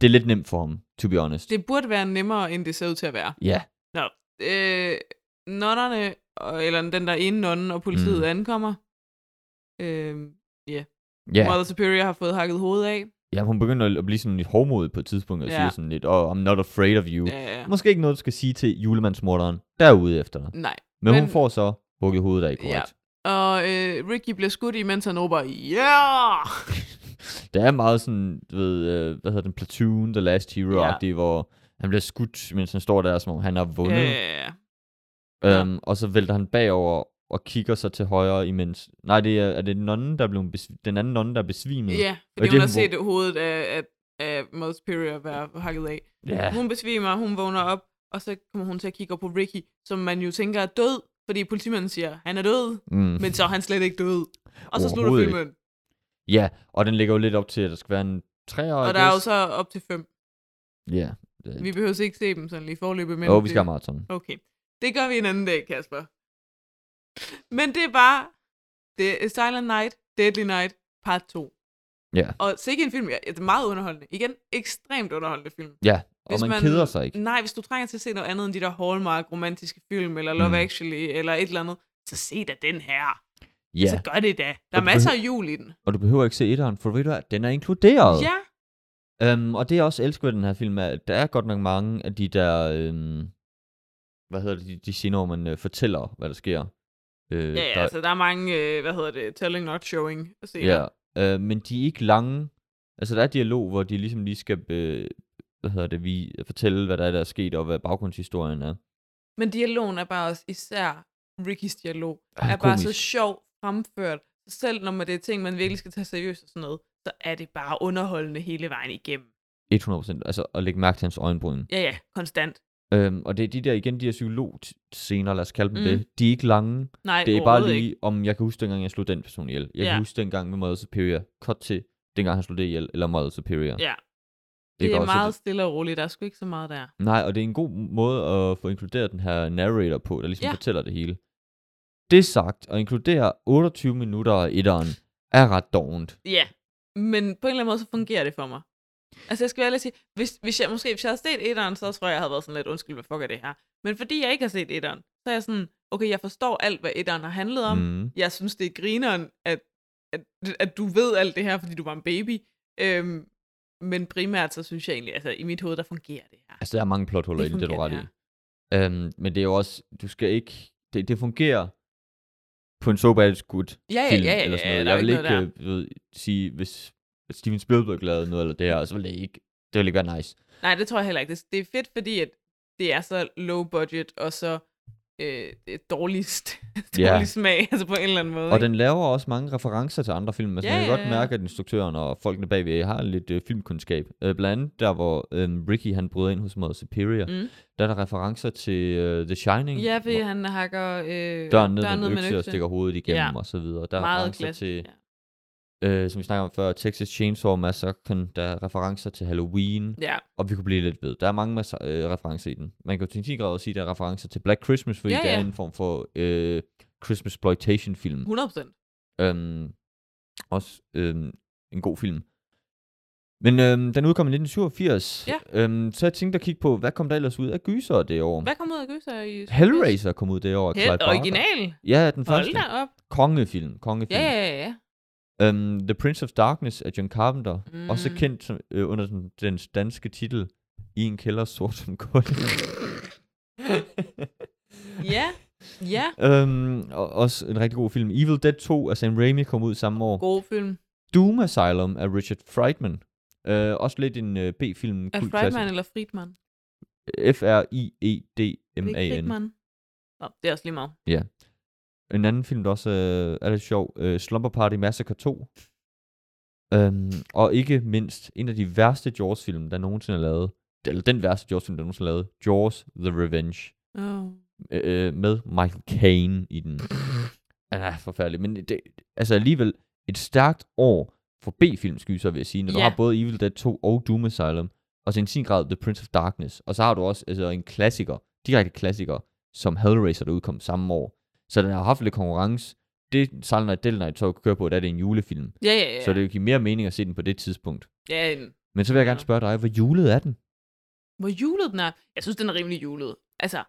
D: det er lidt nemt for ham, to be honest.
B: det burde være nemmere, end det ser ud til at være.
D: Ja,
B: Nå, øh, nonnerne, og- eller den der ene nonne og politiet
D: Mm.
B: mm. ankommer. Øh,
D: ja.
B: Mother Superior har fået hakket hovedet af.
D: ja hun begynder at blive sådan lidt hårdmodig på et tidspunkt, og
B: Ja.
D: ja. siger sådan lidt, oh, I'm not afraid of you. Ja.
B: Ja, ja.
D: Måske ikke noget, du skal sige til julemandsmorderen, der er ude efter dig.
B: Nej.
D: Men, Men hun
B: Men-
D: får så hugget hovedet af, korrekt.
B: Og øh, Ricky bliver skudt, imens han råber, yeah!
D: Ja. Der er meget sådan, du ved, øh, hvad hedder den, Platoon, The Last Hero-agtig, ja. hvor han bliver skudt, mens han står der, som om han har vundet.
B: Ja, ja, ja.
D: Ja. Øhm, og så vælter han bagover og kigger sig til højre imens... Nej, det er, er det nonnen, der blev besv... den anden nonne, der er besvimet.
B: ja
D: Og
B: fordi
D: det Mm. er
B: hun har
D: hun,
B: set hovedet af, af, af Mother Superior være hakket af.
D: Ja.
B: Hun besvimer, hun vågner op, og så kommer hun til at kigge op på Ricky, som man jo tænker er død, fordi politimanden siger, han er død,
D: Mm.
B: men så er han slet ikke død. Og så slutter
D: Overhovedet
B: filmen,
D: Ja, og den ligger jo lidt op til, at der skal være en træer,
B: og der er jo så op til fem.
D: Ja.
B: Vi behøver ikke se dem sådan lige forløbet. men
D: Åh, oh, vi
B: det-
D: skal have maraton.
B: Okay. Det gør vi en anden dag, Kasper. Men det er bare det er Silent Night, Deadly Night, part 2.
D: Ja.
B: Og sikke en film, jeg- det er meget underholdende. Igen, ekstremt underholdende film.
D: Ja, og man, man keder sig ikke.
B: Nej, hvis du trænger til at se noget andet end de der hallmark romantiske film, eller Love
D: Mm.
B: mm. Actually, eller et eller andet, så se da den her.
D: Ja,
B: Så gør det da. Der
D: Og
B: er
D: du
B: masser af jul i den.
D: og du behøver ikke se etteren, for ved du hvad, den er inkluderet.
B: Ja,
D: Øhm, og det jeg også elsker ved den her film, er, at der er godt nok mange af de der, øhm, hvad hedder det, de, de scener, hvor man øh, fortæller, hvad der sker. Øh,
B: ja, ja
D: der,
B: altså der er mange, øh, hvad hedder det, telling not showing. At se
D: Ja, øh, men de er ikke lange. Altså, der er dialog, hvor de ligesom lige skal øh, hvad hedder det, vi, fortælle, hvad der er, der er sket, og hvad baggrundshistorien er.
B: Men dialogen er bare også, især Rickys dialog,
D: Han er
B: er bare så
D: komisk.
B: sjov fremført. Så Selv når man det er ting, man virkelig skal tage seriøst og sådan noget, så er det bare underholdende hele vejen igennem.
D: 100%, altså at lægge mærke til hans øjenbryn.
B: Ja, ja, konstant.
D: Øhm, og det er de der, igen, de her psykologscener, lad os kalde dem mm.
B: Mm.
D: det, de er ikke lange.
B: Nej,
D: Det er bare
B: overhovedet
D: lige,
B: Ikke.
D: ikke. om jeg kan huske, dengang jeg slog den person ihjel. Jeg
B: Ja.
D: kan huske dengang med Mother Superior. Cut til, dengang han slog det ihjel, eller Mother Superior.
B: Ja.
D: Det er
B: Det er
D: godt, så
B: meget stille og roligt. Der er sgu ikke så meget der.
D: Nej, og det er en god måde at få inkluderet den her narrator på, der ligesom
B: Ja.
D: ja. fortæller det hele. Det sagt, at inkludere 28 minutter af etteren, er ret dovent.
B: Ja, men på en eller anden måde, så fungerer det for mig. Altså, jeg skal være ærlig og sige, hvis, hvis jeg måske hvis jeg havde set etteren, så tror jeg, jeg havde været sådan lidt, undskyld, hvad fuck er det her? Men fordi jeg ikke har set etteren, så er jeg sådan, okay, jeg forstår alt, hvad etteren har handlet om. Mm.
D: Mm.
B: Jeg synes, det er grineren, at, at, at du ved alt det her, fordi du var en baby. Øhm, men primært, så synes jeg egentlig, altså i mit hoved, der fungerer det her.
D: Altså, der er mange plothuller i det, det er du ret i.
B: fungerer,
D: Øhm, men det er jo også, du skal ikke, det, det fungerer på en soap is good
B: Ja, ja,
D: film,
B: ja, ja,
D: eller sådan
B: ja,
D: noget.
B: der er
D: jeg vil
B: ikke
D: ikke
B: noget
D: øh, ved, sige, hvis Steven Spielberg lavede noget eller det her, så ville det ikke, det ville ikke være nice.
B: Nej, det tror jeg heller ikke. Det, det er fedt, fordi at det er så low budget, og så øh, det er dårlig, st- dårlig
D: Ja.
B: smag, altså på en eller anden måde.
D: Og
B: ikke?
D: den laver også mange referencer til andre film. Altså,
B: Ja,
D: man kan
B: ja,
D: godt
B: ja.
D: mærke, at instruktøren og folkene bagved har lidt øh, filmkundskab. Øh, blandt andet der, hvor øh, Ricky han bryder ind hos Mother Superior,
B: Mm.
D: mm. der er der referencer til øh, The Shining.
B: Ja, fordi
D: hvor
B: han hakker øh,
D: døren ned med en økse og stikker hovedet igennem
B: Ja.
D: ja. og så videre. Der er
B: Meget
D: referencer
B: glas.
D: til,
B: Ja.
D: øh, som vi snakker om før, Texas Chainsaw Massacre, der er referencer til Halloween,
B: ja.
D: og vi kunne blive lidt ved. Der er mange masser, øh, referencer i den. Man kan jo til en sin grad også sige, at der er referencer til Black Christmas, fordi
B: Ja,
D: ja, det er
B: ja.
D: en form for øh, Christmas exploitation film.
B: 100 procent.
D: Øhm, også øhm, en god film. Men øhm, den udkom i 1987.
B: Ja.
D: Øhm, så jeg tænkte at kigge på, hvad kom der ellers ud af gyser det år?
B: Hvad kom ud af gyser i...
D: Hellraiser kom ud det år. af Clive
B: Hell,
D: Barker.
B: original.
D: Ja, den
B: Hold
D: første.
B: da op.
D: Kongefilm.
B: Ja,
D: Kongefilm.
B: ja, ja, ja.
D: Øhm, The Prince of Darkness af John Carpenter.
B: Mm.
D: Mm. Også kendt som, øh, under den, den danske titel I en kælder sort som kul.
B: Ja, ja.
D: øhm, og også en rigtig god film. Evil Dead 2 af Sam Raimi kom ud samme år.
B: God film.
D: Doom Asylum af Richard Friedman. Øh, også lidt en øh, B-film.
B: Er
D: kultklassiker.
B: Friedman eller Friedman? Ikke
D: F-R-I-E-D-M-A-N.
B: Friedman. Nå, det er også lige meget.
D: En anden film, der også øh, er lidt sjov. Øh, Slumber Party Massacre 2. Øhm, og ikke mindst, en af de værste Jaws-film, der nogensinde er lavet. Eller den værste Jaws-film, der nogensinde er lavet. Jaws The Revenge.
B: Oh.
D: Øh, øh, med Michael Caine i den. Den er forfærdelig. Men det, altså alligevel et stærkt år for B-filmskyser, vil jeg sige. Når
B: Ja.
D: du har både Evil Dead 2 og Doom Asylum, og så i sin grad The Prince of Darkness. Og så har du også altså, en klassiker, direkte klassiker, som Hellraiser, der udkom samme år. Så den har haft lidt konkurrence. Det Silent Night Dead Night så kan køre på, da det er en julefilm.
B: Ja, ja, ja.
D: Yeah. Så det vil give mere mening at se den på det tidspunkt.
B: ja, en-
D: Men så vil jeg gerne
B: Ja.
D: spørge dig, hvor julet er den?
B: hvor julet den er. Jeg synes, den er rimelig julet. Altså,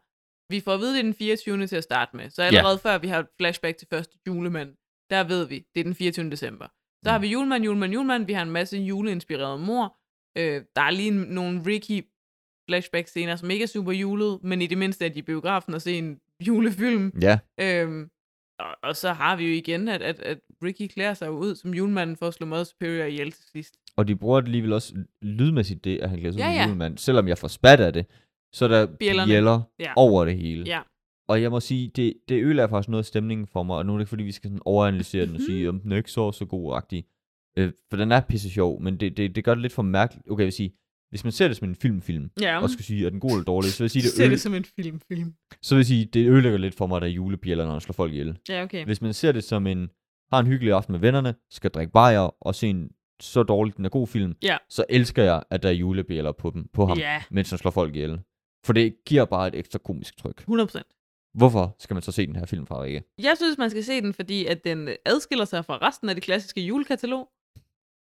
B: vi får at vide, det er den 24. til at starte med. Så
D: Ja.
B: allerede før vi har et flashback til første julemand, der ved vi, det er den 24. december. Så har
D: Mm.
B: vi julemand, julemand, julemand. Vi har en masse juleinspirerede mor. Øh, der er lige en, nogle Ricky flashback scener, som ikke er super julet, men i det mindste er de i biografen og se en julefilm.
D: Ja.
B: Øhm, og, og, så har vi jo igen, at, at, at Ricky klæder sig jo ud som julemanden for at slå Mother Superior ihjel til sidst.
D: Og de bruger alligevel også lydmæssigt det, at han glæder sig
B: Ja,
D: ja,
B: ja.
D: ja. julemand. Selvom jeg får spat af det, så er der
B: Bjællerne.
D: bjæller
B: Ja.
D: over det hele.
B: Ja.
D: Og jeg må sige, det, det ødelægger faktisk noget af stemningen for mig, og nu er det ikke fordi, vi skal sådan overanalysere den og
B: Mhm.
D: sige, om den er ikke så så god-agtig. Øh, for den er pisse sjov, men det, det, det gør det lidt for mærkeligt. Okay, jeg vil sige, hvis man ser det som en filmfilm,
B: Ja,
D: og skal sige, er den god eller dårlig, så vil jeg sige,
B: det,
D: det,
B: ser
D: øde,
B: det som en filmfilm.
D: så vil jeg sige, det ødelægger lidt for mig, der er julebjæller, når han slår folk ihjel.
B: Ja, okay.
D: Hvis man ser det som en, har en hyggelig aften med vennerne, skal drikke bajer og se en så dårlig, den er god film,
B: Ja.
D: så elsker jeg, at der er julebjæller på, dem, på ham,
B: Ja,
D: mens han slår folk ihjel. For det giver bare et ekstra komisk tryk.
B: 100%.
D: Hvorfor skal man så se den her film fra Rikke?
B: Jeg synes, man skal se den, fordi at den øh, adskiller sig fra resten af det klassiske julekatalog.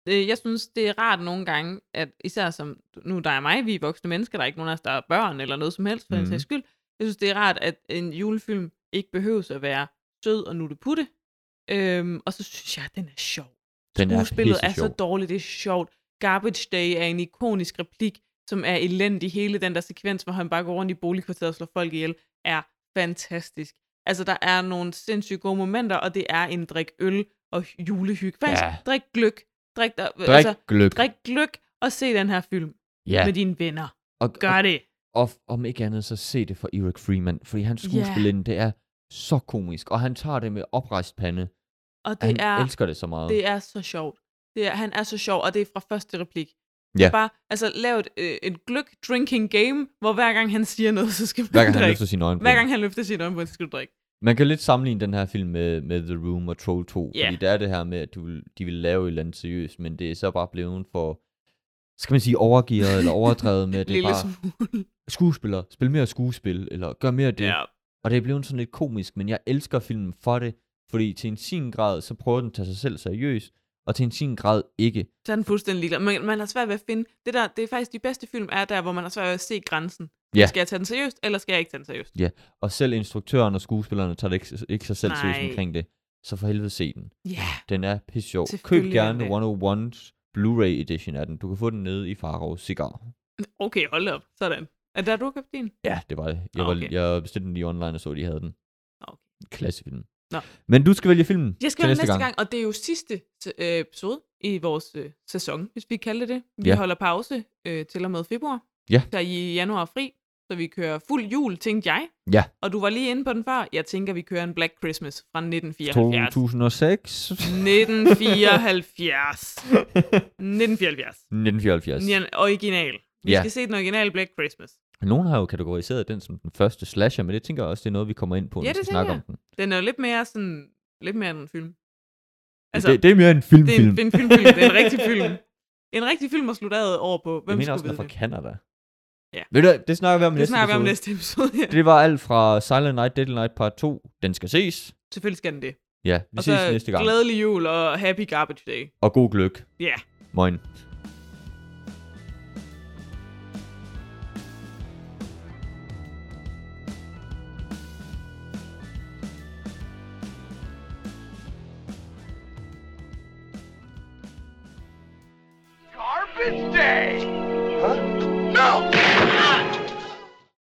B: Øh, Jeg synes, det er rart nogle gange, at især som nu der er mig, vi er voksne mennesker, der er ikke nogen af os, der er børn eller noget som helst, for mm. den
D: Mhm.
B: sags skyld. Jeg synes, det er rart, at en julefilm ikke behøves at være sød og nutteputte. Øhm, og så synes jeg, at den er sjov.
D: Den
B: Skuespillet er, er
D: pissesjov.
B: så dårligt, det er sjovt. Garbage Day er en ikonisk replik, som er elendig. Hele den der sekvens, hvor han bare går rundt i boligkvarteret og slår folk ihjel, er fantastisk. Altså, der er nogle sindssygt gode momenter, og det er en drik øl og hy- julehygge. Faktisk, ja.
D: Ja.
B: drik gløk. Drik, der, drik.
D: Drik
B: Altså,
D: gløk.
B: drik gløk og se den her film ja.
D: ja.
B: med dine venner.
D: og,
B: Gør det.
D: og, og, om ikke andet, så se det for Eric Freeman, fordi hans skuespillinde, yeah. det er så komisk, og han tager det med oprejst pande.
B: Og
D: han
B: det er,
D: elsker det så meget.
B: det er så sjovt. Det er, han er så sjov, og det er fra første replik.
D: Ja.
B: Bare, altså lav et, øh, et gløk drinking game, hvor hver gang han siger noget, så skal man
D: Hver gang han
B: drikke.
D: løfter sine øjenbryn.
B: hver gang han løfter sit øjenbryn, så skal du drikke.
D: Man kan lidt sammenligne den her film med, med The Room og Troll 2,
B: Ja.
D: fordi der er det her med, at du, vil- de vil lave et eller andet seriøst, men det er så bare blevet for, skal man sige, overgearet eller overdrevet med, at det er
B: Lille
D: bare
B: smule.
D: skuespiller, spil mere skuespil, eller gør mere af det.
B: Ja.
D: Og det er blevet sådan lidt komisk, men jeg elsker filmen for det, fordi til en sin grad, så prøver den at tage sig selv seriøst, og til en sin grad ikke.
B: Så er den fuldstændig ligeglad. Man, man har svært ved at finde... Det, der, det er faktisk de bedste film, er der, hvor man har svært ved at se grænsen.
D: Ja.
B: Skal jeg tage den seriøst, eller skal jeg ikke tage den seriøst?
D: Og selv instruktøren og skuespillerne tager det ikke, ikke sig selv seriøst
B: Nej.
D: omkring det. Så for helvede se den.
B: Ja.
D: Den er pisse sjov. Køb
B: Selvfølgelig er den
D: gerne 101's Blu-ray edition af den. Du kan få den nede i Faro Cigar.
B: Okay, hold op. Sådan. Er der, du har købt din?
D: Ja, det var det. Jeg,
B: Nå,
D: var,
B: okay.
D: jeg bestilte den lige online og så, at de havde den.
B: Nå, okay.
D: Klassefilm.
B: Nå.
D: Men du skal vælge filmen
B: Jeg skal
D: til
B: næste, næste gang. gang, og det er jo sidste øh, episode i vores øh, sæson, hvis vi kalder det. Vi
D: Ja.
B: ja. holder pause øh, til og med februar.
D: Ja.
B: Så i januar er fri, så vi kører fuld jul, tænkte jeg.
D: Ja.
B: Og du var lige inde på den før. Jeg tænker, vi kører en Black Christmas fra 1974.
D: 2006.
B: 1974. 1974.
D: 1974.
B: Den original.
D: Ja.
B: Vi ja. skal se den originale Black Christmas.
D: Nogen har jo kategoriseret den som den første slasher, men det tænker jeg også, det er noget, vi kommer ind på,
B: Ja,
D: når vi
B: det
D: skal snakke om
B: tænker
D: den.
B: Den er jo lidt mere sådan, lidt mere end en film.
D: Altså, det, det er mere en
B: Det er
D: filmfilm.
B: en, en film, film. Det er en rigtig film. En rigtig film at slutte af over på.
D: jeg
B: Hvem
D: mener
B: skulle
D: også, den
B: vide
D: er fra
B: det?
D: Canada.
B: Ja.
D: Ved du, hvad, det snakker vi om i
B: Det
D: næste
B: snakker vi om
D: episode.
B: næste episode. Ja.
D: Det var alt fra Silent Night, Deadly Night Part 2. Den skal ses.
B: Selvfølgelig skal den det.
D: Ja, vi
B: og
D: ses
B: så
D: næste gang.
B: glædelig jul og happy garbage day.
D: Og god gløk.
B: Ja. Yeah.
D: Moin.
E: Garbage Day!
G: Huh?
E: No!